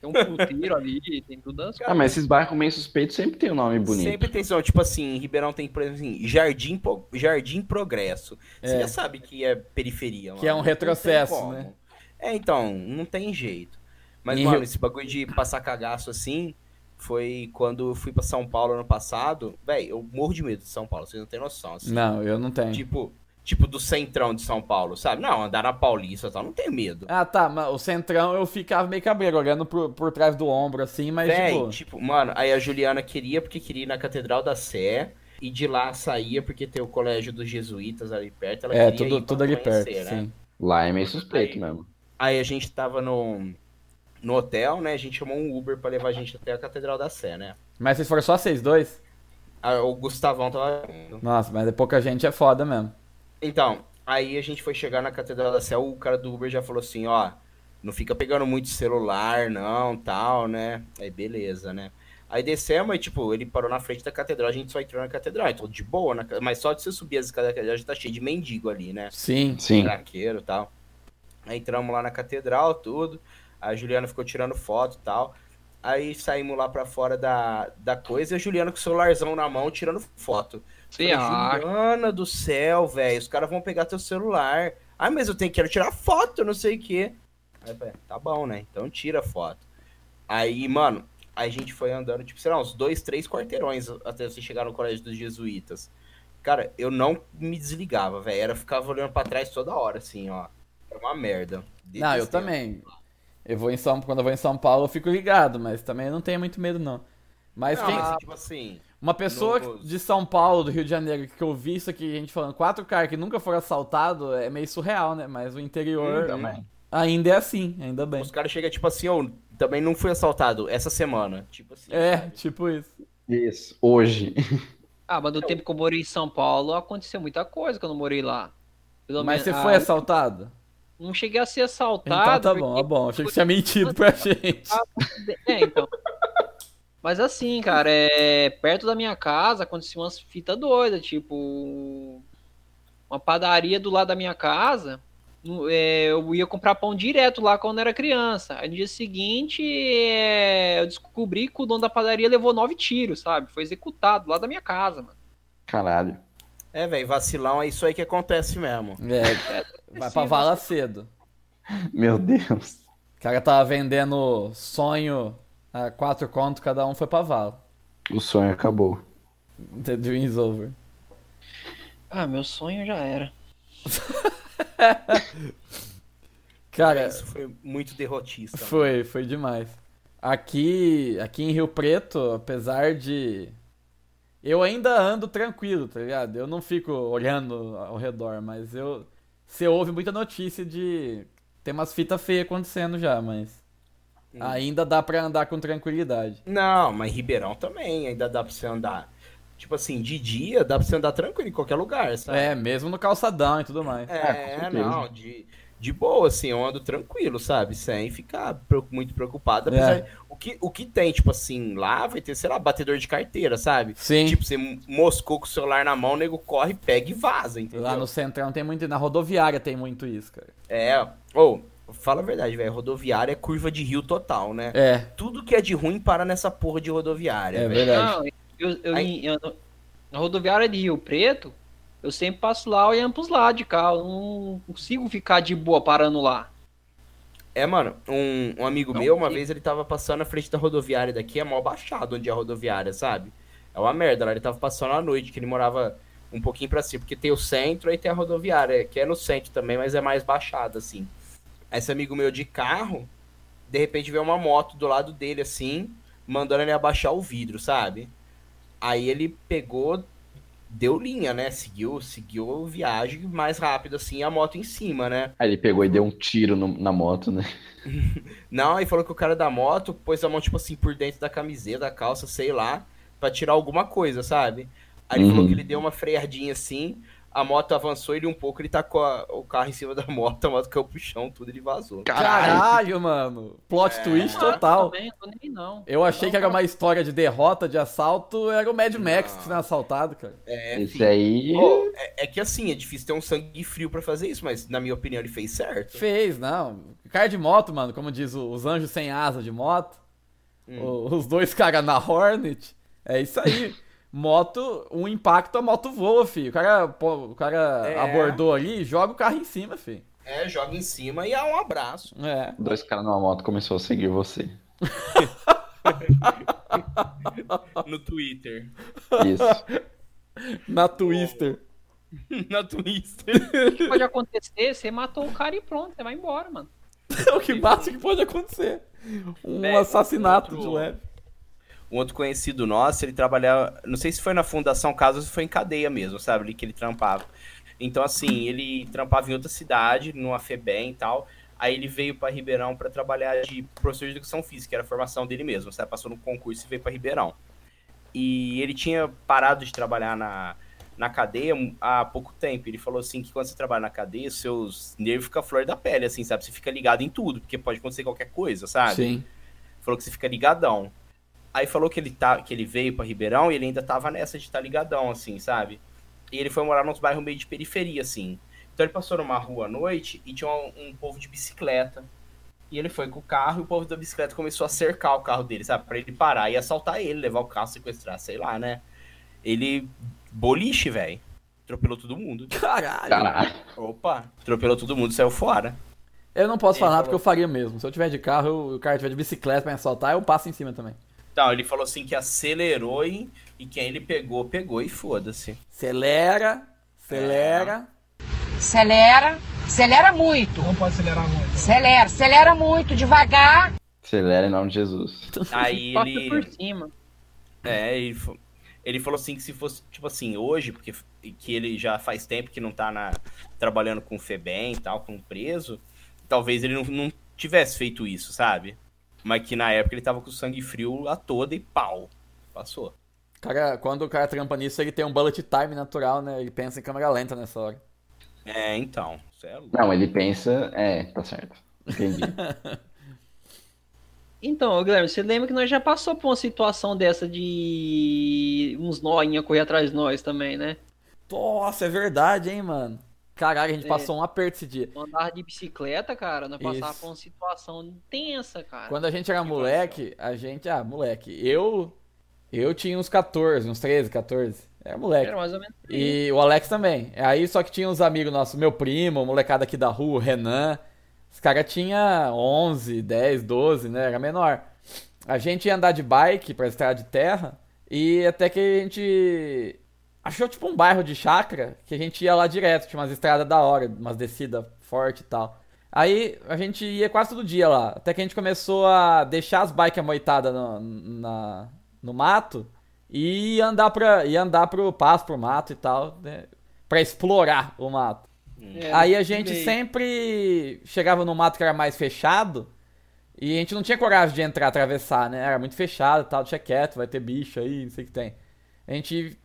Tem um puteiro ali, tem tudo as Ah, mas esses bairros meio suspeitos sempre tem um nome bonito. Sempre tem som. Tipo assim, em Ribeirão tem, por exemplo, assim, Jardim, Po- Jardim Progresso. Você É. já sabe que é periferia. Que é mano. um Não tem retrocesso, como. né? É, então, não tem jeito. Mas, E mano, Rio- esse bagulho de passar cagaço assim foi quando eu fui pra São Paulo ano passado. Véi, eu morro de medo de São Paulo, vocês não têm noção. Assim. Não, eu não tenho. Tipo, tipo do centrão de São Paulo, sabe? Não, andar na Paulista e tal, não tem medo. Ah, tá, mas o centrão eu ficava meio cabreiro, olhando por, por trás do ombro, assim, mas Véi, tipo. tipo, mano, aí a Juliana queria porque queria ir na Catedral da Sé e de lá saía porque tem o colégio dos jesuítas ali perto. Ela É, queria tudo, ir pra tudo ali perto, conhecer, né? sim. Lá é meio suspeito Aí- mesmo. Aí a gente tava no, no hotel, né? A gente chamou um Uber pra levar a gente até a Catedral da Sé, né? Mas vocês foram só vocês dois? Aí o Gustavão tava junto. Nossa, mas é pouca gente é foda mesmo. Então, aí a gente foi chegar na Catedral da Sé, o cara do Uber já falou assim, ó, não fica pegando muito celular, não, tal, né? Aí beleza, né? Aí descemos e, tipo, ele parou na frente da catedral, a gente só entrou na catedral, então de boa, na ca- mas só de você subir as escadas da catedral já tá cheio de mendigo ali, né? Sim. Sim. Craqueiro e tal. Aí entramos lá na catedral, tudo. A Juliana ficou tirando foto e tal. Aí saímos lá pra fora da, da coisa e a Juliana com o celularzão na mão tirando foto. Sim, ah, Juliana do céu, velho. Os caras vão pegar teu celular. Ah, mas eu tenho quero tirar foto, não sei o quê. Aí eu falei, tá bom, né? Então tira foto. Aí, mano, a gente foi andando, tipo, sei lá, uns dois, três quarteirões até você chegar no colégio dos jesuítas. Cara, eu não me desligava, velho. Era ficava olhando pra trás toda hora, assim, ó. Era uma merda. Não, eu Detestei. também. Eu vou em São, quando eu vou em São Paulo, eu fico ligado, mas também não tenho muito medo, não. Mas Não, quem- mas, tipo assim. uma pessoa não vou- de São Paulo, do Rio de Janeiro, que eu vi isso aqui, a gente falando, quatro caras que nunca foram assaltados, é meio surreal, né? Mas o interior Também. ainda é assim, ainda bem. Os caras chegam, tipo assim, eu também não fui assaltado essa semana. Tipo assim. É, sabe? tipo isso. Isso, hoje. ah, mas no tempo que eu morei em São Paulo, aconteceu muita coisa que eu não morei lá. Pelo Mas você menos- foi ah, assaltado? Não cheguei a ser Então assaltado. tá bom, tá porque- bom. Achei que você tinha mentido pra gente. É, então. Mas assim, cara, é... perto da minha casa aconteceu umas fitas doidas, tipo. Uma padaria do lado da minha casa. no- é, Eu ia comprar pão direto lá quando era criança. Aí no dia seguinte é, eu descobri que o dono da padaria levou nove tiros, sabe? Foi executado lá da minha casa, mano. Caralho. É, velho, vacilão é isso aí que acontece mesmo. É, vai pra vala cedo. Meu Deus. O cara tava vendendo sonho a quatro conto, cada um foi pra vala. O sonho acabou. The dream's over. Ah, meu sonho já era. Cara, Isso foi muito derrotista. mano. foi, foi demais. Aqui, aqui em Rio Preto, apesar de eu ainda ando tranquilo, tá ligado? Eu não fico olhando ao redor, mas eu você ouve muita notícia de tem umas fitas feias acontecendo já, mas Hum. ainda dá pra andar com tranquilidade. Não, mas Ribeirão também ainda dá pra você andar. Tipo assim, de dia dá pra você andar tranquilo em qualquer lugar, sabe? É, mesmo no calçadão e tudo mais. É, Ah, com certeza. não, de, de boa, assim, eu ando tranquilo, sabe? Sem ficar preo- muito preocupado. apesar- o, que, o que tem, tipo assim, lá vai ter, sei lá, batedor de carteira, sabe? Sim. Tipo, você moscou com o celular na mão, o nego corre, pega e vaza, entendeu? Lá no centrão tem muito, e na rodoviária tem muito isso, cara. É, ou, fala a verdade, velho, rodoviária é curva de rio total, né? É, Tudo que é de ruim para nessa porra de rodoviária, é velho. verdade. Não, eu, eu, Aí- eu- na rodoviária de Rio Preto, eu sempre passo lá olhando pros lados de cá. Eu não consigo ficar de boa parando lá. É, mano, um, um amigo meu, uma vez ele tava passando na frente da rodoviária daqui, é mó baixado onde é a rodoviária, sabe? É uma merda, lá ele tava passando à noite, que ele morava um pouquinho pra cima, porque tem o centro, aí tem a rodoviária, que é no centro também, mas é mais baixada, assim. Esse amigo meu de carro, de repente vê uma moto do lado dele, assim, mandando ele abaixar o vidro, sabe? Aí ele pegou, deu linha, né? Seguiu, seguiu a viagem mais rápido, assim, e a moto em cima, né? Aí ele pegou e deu um tiro no- na moto, né? Não, aí falou que o cara da moto pôs a mão, tipo assim, por dentro da camiseta, da calça, sei lá, pra tirar alguma coisa, sabe? Aí ele Uhum. falou que ele deu uma freadinha assim, a moto avançou ele um pouco, ele tacou a- o carro em cima da moto, a moto caiu pro chão, tudo, ele vazou. Caralho, mano. É, Plot twist total. Também, tô nem aí, não. Então, Eu achei que era uma história de derrota, de assalto, era o Mad Max Não. sendo assaltado, cara. É, Esse fi. aí. Ô, é, é que assim, é difícil ter um sangue frio pra fazer isso, mas na minha opinião ele fez certo. Fez, não. Cara de moto, mano, como diz o- os anjos sem asa de moto. Hum. O- os dois caras na Hornet. É isso aí. moto, um impacto, a moto voa, filho. O cara, pô, o cara É. abordou ali, joga o carro em cima, filho. É, joga em cima e há um abraço. É. Dois caras numa moto começou a seguir você. No Twitter. Isso. Na Twister. Na Twitter. O que pode acontecer? Você matou o cara e pronto, você vai embora, mano. É o que bate que pode acontecer. Um Velho, assassinato outro- de leve. Um outro conhecido nosso, ele trabalhava, não sei se foi na Fundação Casas ou se foi em cadeia mesmo, sabe, ali que ele trampava. Então, assim, ele trampava em outra cidade, numa FEBEM e tal. Aí ele veio pra Ribeirão pra trabalhar de professor de educação física, era a formação dele mesmo, sabe? Passou no concurso e veio pra Ribeirão. E ele tinha parado de trabalhar na, na cadeia há pouco tempo. Ele falou assim que quando você trabalha na cadeia, seus nervos ficam à flor da pele, assim, sabe? Você fica ligado em tudo, porque pode acontecer qualquer coisa, sabe? Sim. Falou que você fica ligadão. Aí falou que ele, tá, que ele veio pra Ribeirão e ele ainda tava nessa de estar tá ligadão, assim, sabe? E ele foi morar nos bairros meio de periferia, assim. Então ele passou numa rua à noite e tinha um, um povo de bicicleta. E ele foi com o carro e o povo da bicicleta começou a cercar o carro dele, sabe? Pra ele parar e assaltar ele, levar o carro, sequestrar, sei lá, né? Ele. Boliche, velho. Atropelou todo mundo. Caralho. Caralho. Opa! Atropelou todo mundo, saiu fora. Eu não posso Ele falar falou- porque eu faria mesmo. Se eu tiver de carro eu- e o cara tiver de bicicleta pra me assaltar, eu passo em cima também. Então, ele falou assim que acelerou e, e quem ele pegou, pegou e foda-se. Acelera, acelera. Acelera, acelera muito. Não pode acelerar muito. Acelera, acelera muito, devagar. Acelera em nome de Jesus. Aí Passa ele. por cima. É, ele, fa- ele falou assim que se fosse, tipo assim, hoje, porque f- que ele já faz tempo que não tá na, trabalhando com o Febem e tal, com o preso, talvez ele não, não tivesse feito isso, sabe? Mas que na época ele tava com o sangue frio a toda e pau. Passou. Cara, quando o cara trampa nisso, ele tem um bullet time natural, né? Ele pensa em câmera lenta nessa hora. É, então. Cê é louco. Não, ele pensa. É, tá certo. Entendi. Então, Guilherme, você lembra que nós já passou por uma situação dessa de uns noinha correr atrás de nós também, né? Nossa, é verdade, hein, mano. Caralho, a gente É. passou um aperto esse dia. Eu andava de bicicleta, cara, nós passava Isso. por uma situação tensa, cara. Quando a gente era moleque, a gente. Ah, moleque. Eu. Eu tinha uns 14, uns 13, 14. Era moleque. Era mais ou menos. E o Alex também. Aí só que tinha uns amigos nossos, meu primo, o molecada aqui da rua, o Renan. Os caras tinha 11, 10, 12, né? Era menor. A gente ia andar de bike pra estrada de terra e até que a gente achou tipo um bairro de chácara que a gente ia lá direto, tinha umas estradas da hora, umas descidas forte e tal. Aí a gente ia quase todo dia lá, até que a gente começou a deixar as bikes amoitadas no, na- no mato e andar pra, e andar pro passo, pro mato e tal, né? Pra explorar o mato. É, Aí a gente meio. sempre chegava no mato que era mais fechado e a gente não tinha coragem de entrar, atravessar, né? Era muito fechado e tal, tinha quieto, vai ter bicho aí, não sei o que tem. A gente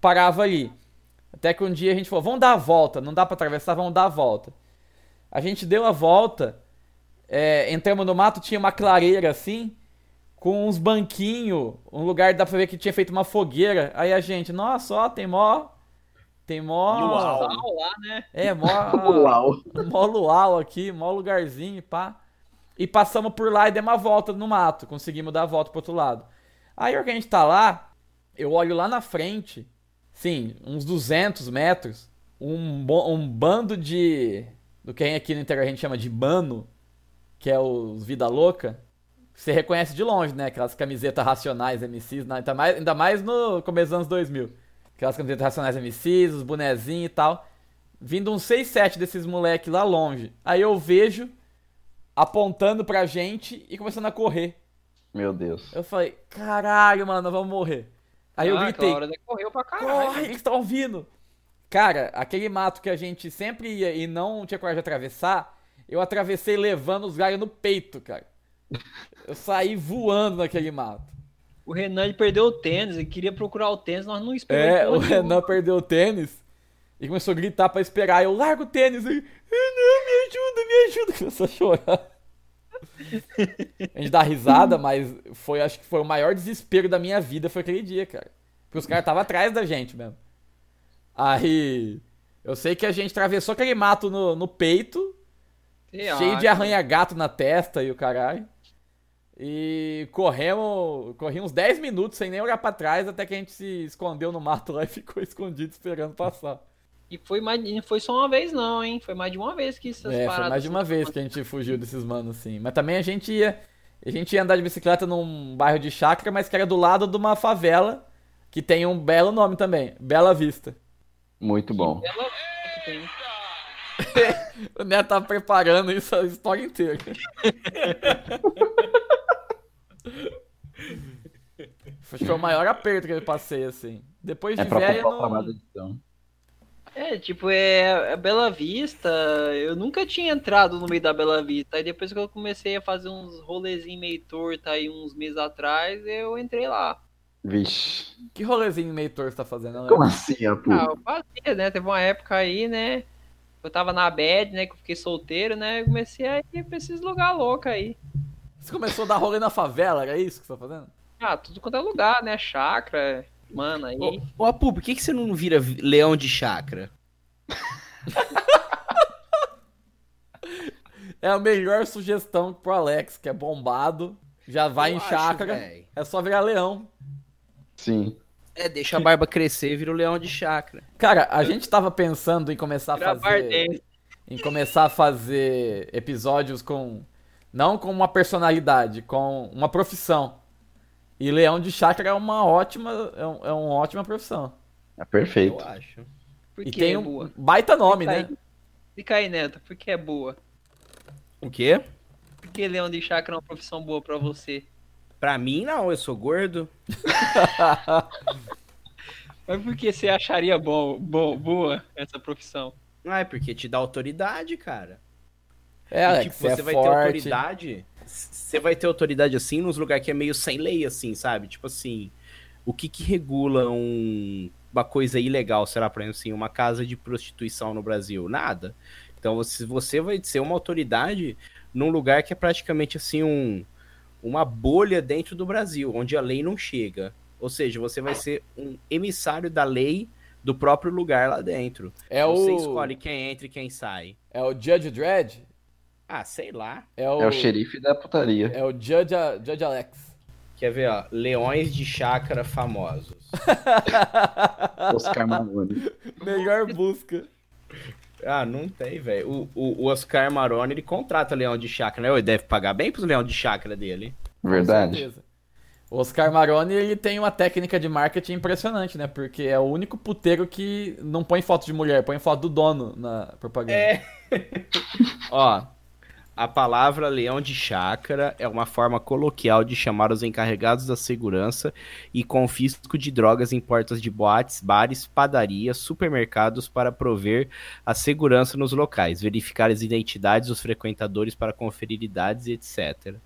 parava ali. Até que um dia a gente falou, vamos dar a volta, não dá pra atravessar, vamos dar a volta. A gente deu a volta, é, entramos no mato, tinha uma clareira assim, com uns banquinhos, um lugar dá pra ver que tinha feito uma fogueira. Aí a gente, nossa, ó, tem mó. Tem mó. Luau. Uau, lá, né? É, mó. Mó luau aqui, mó lugarzinho, pá. E passamos por lá e demos uma volta no mato. Conseguimos dar a volta pro outro lado. Aí, a hora que a gente tá lá, eu olho lá na frente, sim, uns 200 metros, um, bo- um bando de. do que aqui no interior a gente chama de bano, que é os Vida Louca. Você reconhece de longe, né? Aquelas camisetas racionais MCs, né? ainda, mais, ainda mais no começo dos anos 2000. Aquelas camisetas racionais MCs, os bonezinhos e tal. Vindo uns 6, 7 desses moleque lá longe. Aí eu vejo apontando pra gente e começando a correr. Meu Deus. Eu falei, caralho, mano, vamos morrer. Aí eu Ah, gritei, aquela hora daí correu pra caralho. corre, eles estão vindo. Cara, aquele mato que a gente sempre ia e não tinha coragem de atravessar, eu atravessei levando os galhos no peito, cara. Eu saí voando naquele mato. O Renan ele perdeu o tênis, ele queria procurar o tênis, nós não esperamos. É, porra o nenhuma. Renan perdeu o tênis e começou a gritar pra esperar. Eu largo o tênis. Ele, "Ah, não, me ajuda, me ajuda. Começou a chorar. A gente dá risada, mas foi, acho que foi o maior desespero da minha vida foi aquele dia, cara. Porque os caras estavam atrás da gente mesmo. Aí. Eu sei que a gente atravessou aquele mato no, no peito, Sei lá, cheio de cara. arranha-gato na testa e o caralho. E corremos, corri uns 10 minutos sem nem olhar pra trás, até que a gente se escondeu no mato lá e ficou escondido esperando passar. E foi mais, e não foi só uma vez, não, hein? Foi mais de uma vez que essas é, paradas. foi mais de uma vez que a gente fugiu desses manos, assim. Mas também a gente ia. A gente ia andar de bicicleta num bairro de chácara, mas que era do lado de uma favela que tem um belo nome também, Bela Vista. Muito bom. Ela que tem. O Neto tá preparando isso a história inteira. Acho que foi o maior aperto que eu passei, assim. Depois de É pra velho, comprar o não... trabalho da edição. É, tipo, é a Bela Vista. Eu nunca tinha entrado no meio da Bela Vista. Aí depois que eu comecei a fazer uns rolezinhos meio torto aí uns meses atrás, eu entrei lá. Vixe. que rolezinho meio torto você tá fazendo, né? Como assim, Apu? Ah, eu fazia, né? Teve uma época aí, né? Eu tava na bad, né? Que eu fiquei solteiro, né? Eu comecei a ir pra esses lugar louco aí. Você começou a dar rolê na favela, era isso que você tá fazendo? Ah, tudo quanto é lugar, né? Chácara, mano, aí. Ô, Apu, por que, que você não vira leão de chakra? é a melhor sugestão pro Alex, que é bombado, já vai Eu em acho, chácara, véi. é só virar leão. Sim. É, deixa a barba crescer, vira o leão de chakra. Cara, a gente tava pensando em começar a Gravar fazer dentro. em começar a fazer episódios com não com uma personalidade, com uma profissão. E leão de chácara é uma ótima é, um- é uma ótima profissão. É Eu perfeito. acho. Porque E tem é um boa. baita nome, Tá Fica né? aí. Fica aí, Neto, porque é boa. O quê? Porque leão de chácara é uma profissão boa pra você. Pra mim, não, eu sou gordo. Mas por que você acharia bom, bom- boa essa profissão? Ah, é porque te dá autoridade, cara. É, E, Alex, tipo, você, você é vai ter forte. autoridade. Você vai ter autoridade assim nos lugares que é meio sem lei, assim, sabe? Tipo assim, o que que regula um- uma coisa ilegal, será, por exemplo, assim, uma casa de prostituição no Brasil? Nada. Então você, você vai ser uma autoridade num lugar que é praticamente assim um, uma bolha dentro do Brasil, onde a lei não chega. Ou seja, você vai ser um emissário da lei do próprio lugar lá dentro. É Você o escolhe quem entra e quem sai. é o Judge Dredd, Ah, sei lá. é o É o xerife da putaria. é o Judge, Judge Alex. Quer ver, ó? Leões de chácara famosos. Oscar Malone. Melhor busca. Ah, não tem, velho. O, o, o Oscar Maroni, ele contrata leão de chácara, né? Ele deve pagar bem pros leão de chácara dele. Verdade. certeza. O Oscar Maroni ele tem uma técnica de marketing impressionante, né? Porque é o único puteiro que não põe foto de mulher, põe foto do dono na propaganda. É. Ó, a palavra leão de chácara é uma forma coloquial de chamar os encarregados da segurança e confisco de drogas em portas de boates, bares, padarias, supermercados para prover a segurança nos locais, verificar as identidades dos frequentadores para conferir idades e etc.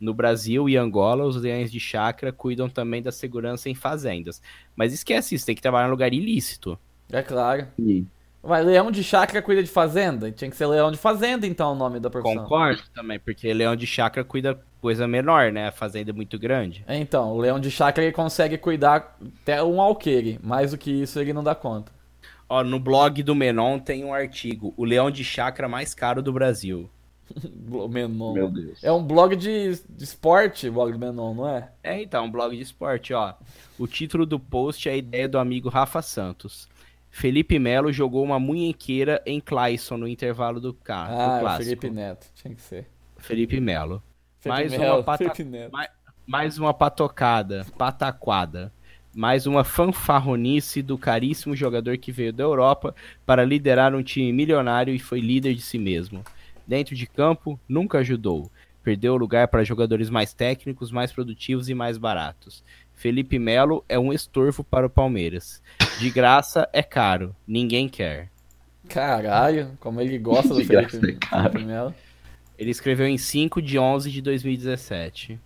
No Brasil e Angola, os leões de chácara cuidam também da segurança em fazendas. Mas esquece isso, tem que trabalhar em lugar ilícito. É claro. Sim. Mas leão de chácara cuida de fazenda? Tinha que ser leão de fazenda, então, o nome da profissão. Concordo também, porque leão de chácara cuida coisa menor, né? A fazenda é muito grande. É, Então, o leão de chácara ele consegue cuidar até um alqueire. Mais do que isso, ele não dá conta. Ó, no blog do Menon tem um artigo, o leão de chácara mais caro do Brasil. O Menon. Meu Deus. É um blog de, de esporte, o blog do Menon, não é? É, então, um blog de esporte, ó. O título do post é a ideia do amigo Rafa Santos. Felipe Melo jogou uma munhequeira em Clayson no intervalo do, ca- do Ah, é o clássico. Felipe Felipe, Neto. Tinha que ser. Melo. Mais Felipe uma Melo, pata- Felipe Neto. Mais uma patocada, pataquada. Mais uma fanfarronice do caríssimo jogador que veio da Europa para liderar um time milionário e foi líder de si mesmo. Dentro de campo, nunca ajudou. Perdeu o lugar para jogadores mais técnicos, mais produtivos e mais baratos. Felipe Melo é um estorvo para o Palmeiras. De graça é caro, ninguém quer. Caralho, como ele gosta do De graça, Felipe, cara. Felipe Melo. Ele escreveu em 5 de 11 de 2017.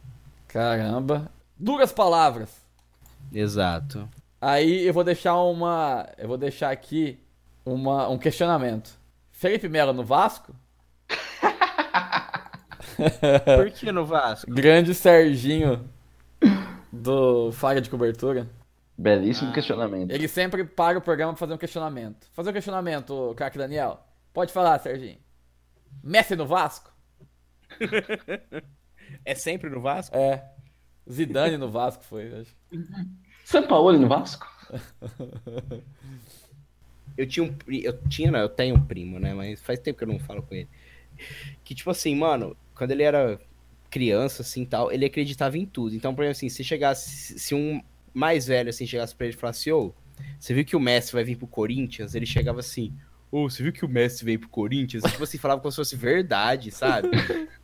Caramba. Duras palavras. Exato. Aí eu vou deixar uma. Eu vou deixar aqui uma, um questionamento. Felipe Melo no Vasco? Por que no Vasco? Grande Serginho do Falha de Cobertura. Belíssimo questionamento. Ele sempre para o programa pra fazer um questionamento. Fazer um questionamento, craque Daniel. Pode falar, Serginho. Messi no Vasco? É sempre no Vasco? É. Zidane no Vasco foi, eu acho. São Paulo no Vasco? Eu tinha um pri- eu tinha, não, eu tenho um primo, né? Mas faz tempo que eu não falo com ele. Que tipo assim, mano, quando ele era criança assim, tal, ele acreditava em tudo. Então, por exemplo, assim, se chegasse se um mais velho assim chegasse pra ele e falasse: "Ô, você viu que o Messi vai vir pro Corinthians?" Ele chegava assim: "Ô, você viu que o Messi veio pro Corinthians?" tipo assim, falava como se fosse verdade, sabe?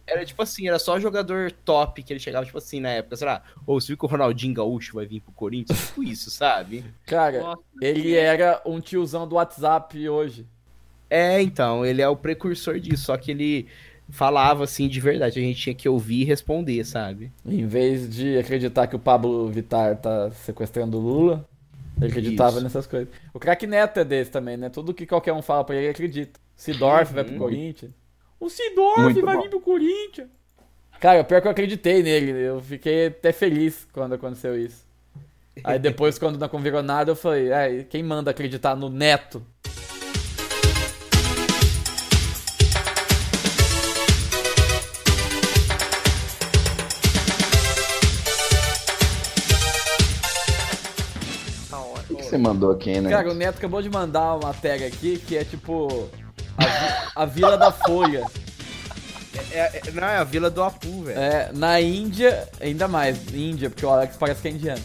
Era tipo assim, era só jogador top que ele chegava tipo assim na época, será? Ou você viu que o Ronaldinho Gaúcho vai vir pro Corinthians? Tipo isso, sabe? Cara, Nossa, ele era um tiozão do WhatsApp hoje. É, então, ele é o precursor disso, só que ele falava assim de verdade, a gente tinha que ouvir e responder, sabe? Em vez de acreditar que o Pablo Vittar tá sequestrando o Lula, ele acreditava Isso. nessas coisas. O craque Neto é desse também, né? Tudo que qualquer um fala pra ele, ele acredita. Sidorf vai pro Corinthians. O Sidorf Muito vai bom. vir pro Corinthians. Cara, pior é que eu acreditei nele. Eu fiquei até feliz quando aconteceu isso. Aí depois, quando não convirou nada, eu falei, "Ah, e quem manda acreditar no Neto? você mandou aqui, né? Cara, o Neto acabou de mandar uma tag aqui que é tipo. A, vi- a Vila da Folha. É- é- não, é a Vila do Apu, velho. É, na Índia, ainda mais, Índia, porque o Alex parece que é indiano.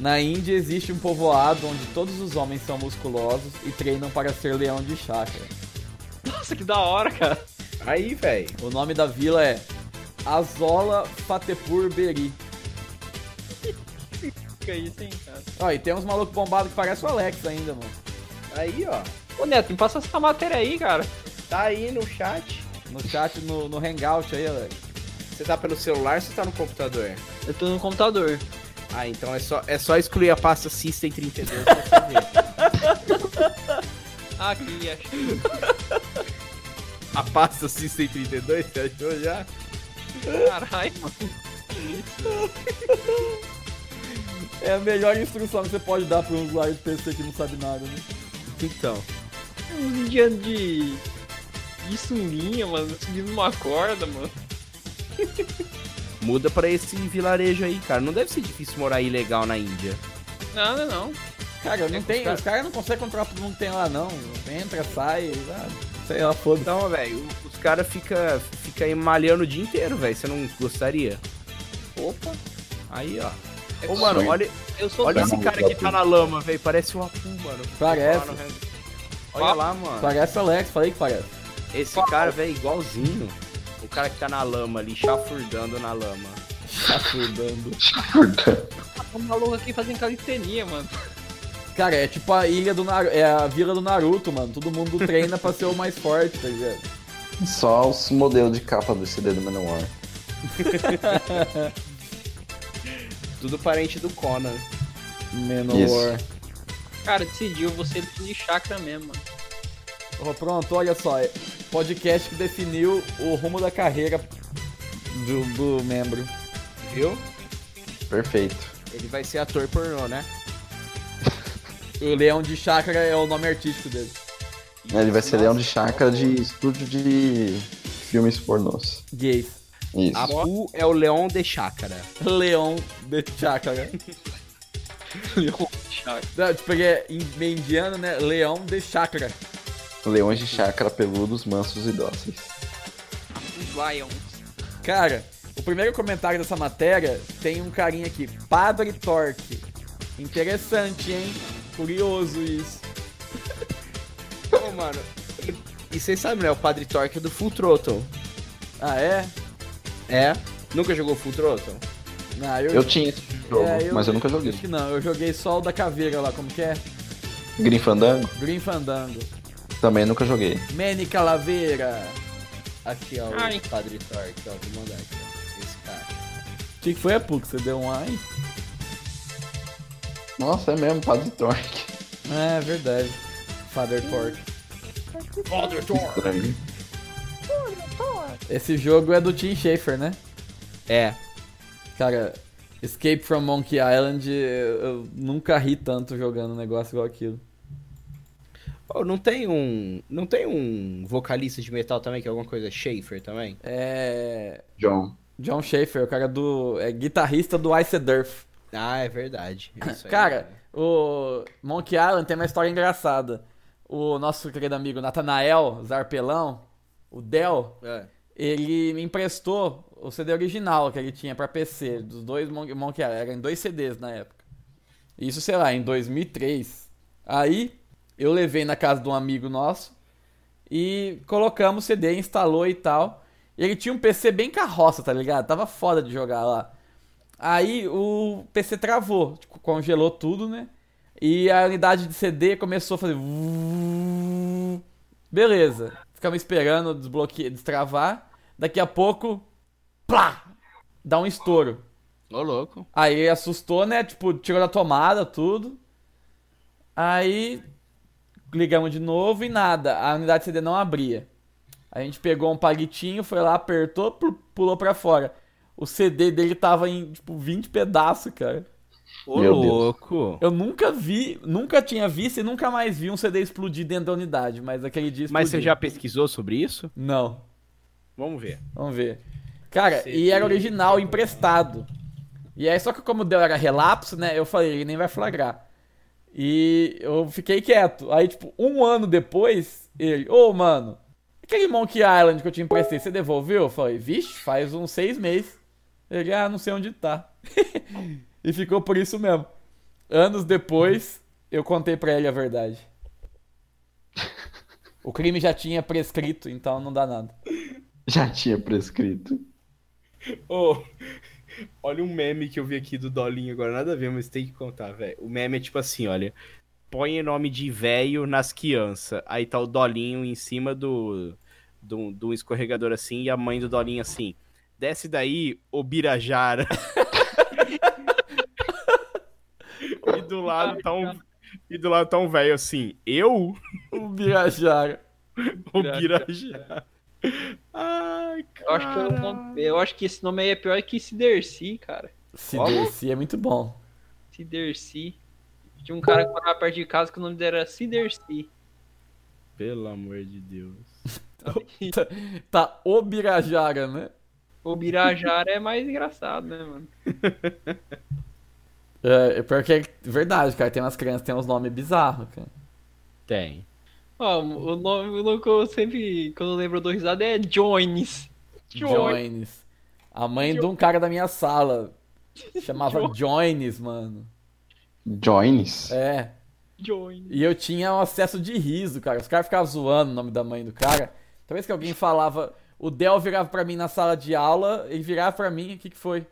Na Índia existe um povoado onde todos os homens são musculosos e treinam para ser leão de chácara. Nossa, que da hora, cara. Aí, velho. O nome da vila é Azola Fatepur Beri. Fica isso, hein, cara. Ó, e tem uns malucos bombados que parecem o Alex ainda, mano. Aí, ó. Ô, Neto, me passa essa matéria aí, cara. Tá aí no chat. No chat, no, no hangout aí, Alex. Você tá pelo celular ou você tá no computador? Eu tô no computador. Ah, então é só, é só excluir a pasta System 32 pra você ver. Aqui, achei. A pasta System 32, você achou já? Caralho, mano. É a melhor instrução que você pode dar para um usuário de PC que não sabe nada, né? Então. Uns indianos um de. de sunguinha, mano. Subindo uma corda, mano. Muda pra esse vilarejo aí, cara. Não deve ser difícil morar ilegal na Índia. Não, não, não. Cara, não tem, os caras não conseguem controlar todo mundo que tem lá, não. Entra, sai, ah, sei lá, foda-se. Então, velho, os caras ficam fica aí malhando o dia inteiro, velho. Você não gostaria? Opa. Aí, ó. Ô, mano, sonho. olha, Eu sou olha da- esse cara que tá na lama, velho. Parece o Apu, mano. né? Parece. Olha lá, mano. Parece Alex, falei que parece. Esse cara, velho, é igualzinho. O cara que tá na lama ali, chafurdando na lama. Tá Afundando. um maluco aqui fazendo calistenia, mano. Cara, é tipo a ilha do Naruto, é a vila do Naruto, mano. Todo mundo treina pra ser o mais forte, tá ligado? Só os modelos de capa do CD do Manowar. Tudo parente do Conan. Menor. Cara, decidiu, você é de chakra mesmo, mano. Ô, Pronto, olha só. é Podcast que definiu o rumo da carreira do, do membro. Viu? Perfeito. Ele vai ser ator pornô, né? O Leão de Chácara é o nome artístico dele. Ele vai ser leão de chácara chácara de estúdio de filmes pornôs. Gays. Isso. Apu é o leão de chácara. Leão de Chácara. Não, tipo, ele é in- meio indiano, né? Leão de Chácara. Leões de chácara peludos, mansos e dóceis. Os Lions. Cara, o primeiro comentário dessa matéria tem um carinha aqui, Padre Torque. Interessante, hein? Curioso isso. Ô, mano. E vocês sabem, né? O Padre Torque é do Full Throttle. Ah, é? É? Nunca jogou Full Throttle? Não, eu, Eu tinha esse jogo, É, mas eu nunca joguei. Acho que não, eu joguei só o da caveira lá, como que é? Green Fandango? Green Fandango. Também nunca joguei. Manny Calaveira. Aqui, ó. Ai. O Padre Torque, ó. Vou mandar aqui, ó. Esse cara. O que que foi, Apu, que você deu um ai? Nossa, é mesmo, Padre Torque. É, verdade. Father Torque. Estranho. Esse jogo é do Tim Schafer, né? É. Cara, Escape from Monkey Island, eu eu nunca ri tanto jogando um negócio igual aquilo. Ô, não tem um. Não tem um vocalista de metal também, que é alguma coisa Schaefer também? É. John. John Schaefer, o cara do. É guitarrista do Ice Durf. Ah, é verdade. É isso aí. Cara, o Monkey Island tem uma história engraçada. O nosso querido amigo Natanael Zarpelão, o Del, É. ele me emprestou o CD original que ele tinha pra PC, dos dois Mon- Monkey Island. Era em dois CDs na época. Isso, sei lá, em 2003. Aí, eu levei na casa de um amigo nosso e colocamos o CD, instalou e tal. E ele tinha um PC bem carroça, tá ligado? Tava foda de jogar lá. Aí o PC travou, tipo, congelou tudo, né? E a unidade de CD começou a fazer. vuuu. Beleza. Ficamos esperando desbloquear, destravar. Daqui a pouco. Plá! Dá um estouro. Ô, louco. Aí ele assustou, né? Tipo, tirou da tomada, tudo. Aí ligamos de novo e nada. A unidade CD não abria. A gente pegou um palitinho, foi lá, apertou, pu- pulou pra fora. O CD dele tava em, tipo, 20 pedaços, cara. Ô, Meu Deus. louco. Eu nunca vi, nunca tinha visto e nunca mais vi um CD explodir dentro da unidade, mas aquele dia Mas você explodiu. já pesquisou sobre isso? Não. Vamos ver. Vamos ver. Cara, e era original, emprestado. E aí, só que como deu era relapso, né? Eu falei, ele nem vai flagrar. E eu fiquei quieto. Aí, tipo, um ano depois, ele, ô, mano, aquele Monkey Island que eu te emprestei, você devolveu? Eu falei, vixe, faz uns seis meses. Ele, ah, não sei onde tá. e ficou por isso mesmo. Anos depois, eu contei pra ele a verdade. O crime já tinha prescrito, então não dá nada. Já tinha prescrito. Ô, olha um meme que eu vi aqui do Dolinho agora, nada a ver, mas tem que contar, velho. O meme é tipo assim, olha. Põe nome de velho nas crianças. Aí tá o Dolinho em cima do, do, do escorregador assim, e a mãe do Dolinho assim. Desce daí, ô Birajara. e do lado tá um. E do lado tá um velho assim, eu? O Birajara. Ô Birajara. Ai, Eu acho, que eu, cara. não- eu acho que esse nome aí é pior que Siderci, cara. Se Como? descer é muito bom. Siderci. Tinha um cara que morava perto de casa que o nome dele era Siderci. Pelo amor de Deus. Tá o Birajara, né? O Birajara é mais engraçado, né, mano? É, é pior que é verdade, cara. Tem umas crianças que tem uns nomes bizarros, cara. Tem. Ó, o nome o nome que eu sempre, quando eu lembro, eu dou risada é Jones. Jones. Jones. A mãe de um cara da minha sala chamava Jones, mano. Joins? É. Jones. E eu tinha um acesso de riso, cara. Os caras ficavam zoando o nome da mãe do cara. Toda vez que alguém falava, o Del virava pra mim na sala de aula, ele virava pra mim, o que que foi?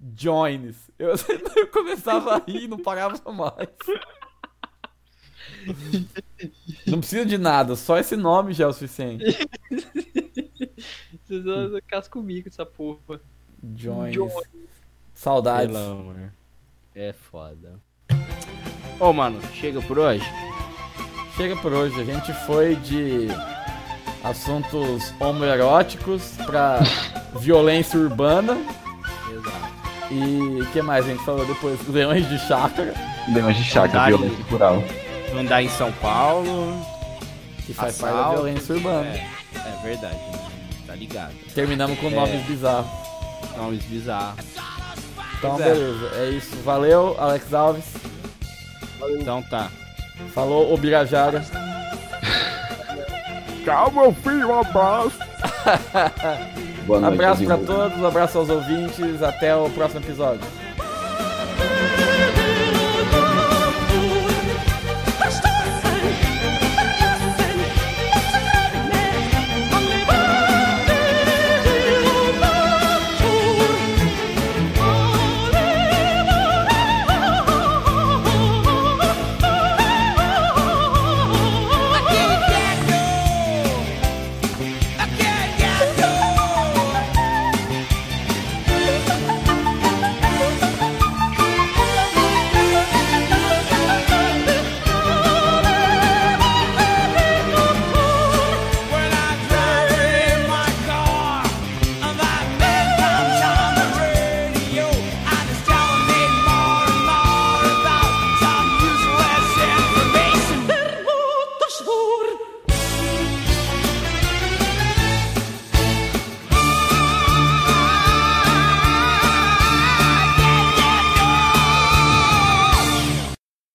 Jones. Eu, eu começava a rir, não parava mais. Não precisa de nada, só esse nome já é o suficiente. Vocês vão casca comigo essa porra. Jones. Jones. Saudades. Pelo amor. É foda. Ô, mano, chega por hoje? Chega por hoje, a gente foi de assuntos homoeróticos pra violência urbana. E o que mais a gente falou depois? Leões de chácara, Demais de chácara, Verdade. violência rural. Andar em São Paulo. que faz assalto. parte da violência urbana. É, é verdade, mano. Tá ligado. Terminamos com É. nomes bizarros. Nomes bizarros. Então, Pois é. beleza, é isso. Valeu, Alex Alves. Então tá. Falou, Obirajara. Calma, meu filho, um abraço. Boa noite. Abraço pra Zivu. todos, abraço aos ouvintes. Até o próximo episódio.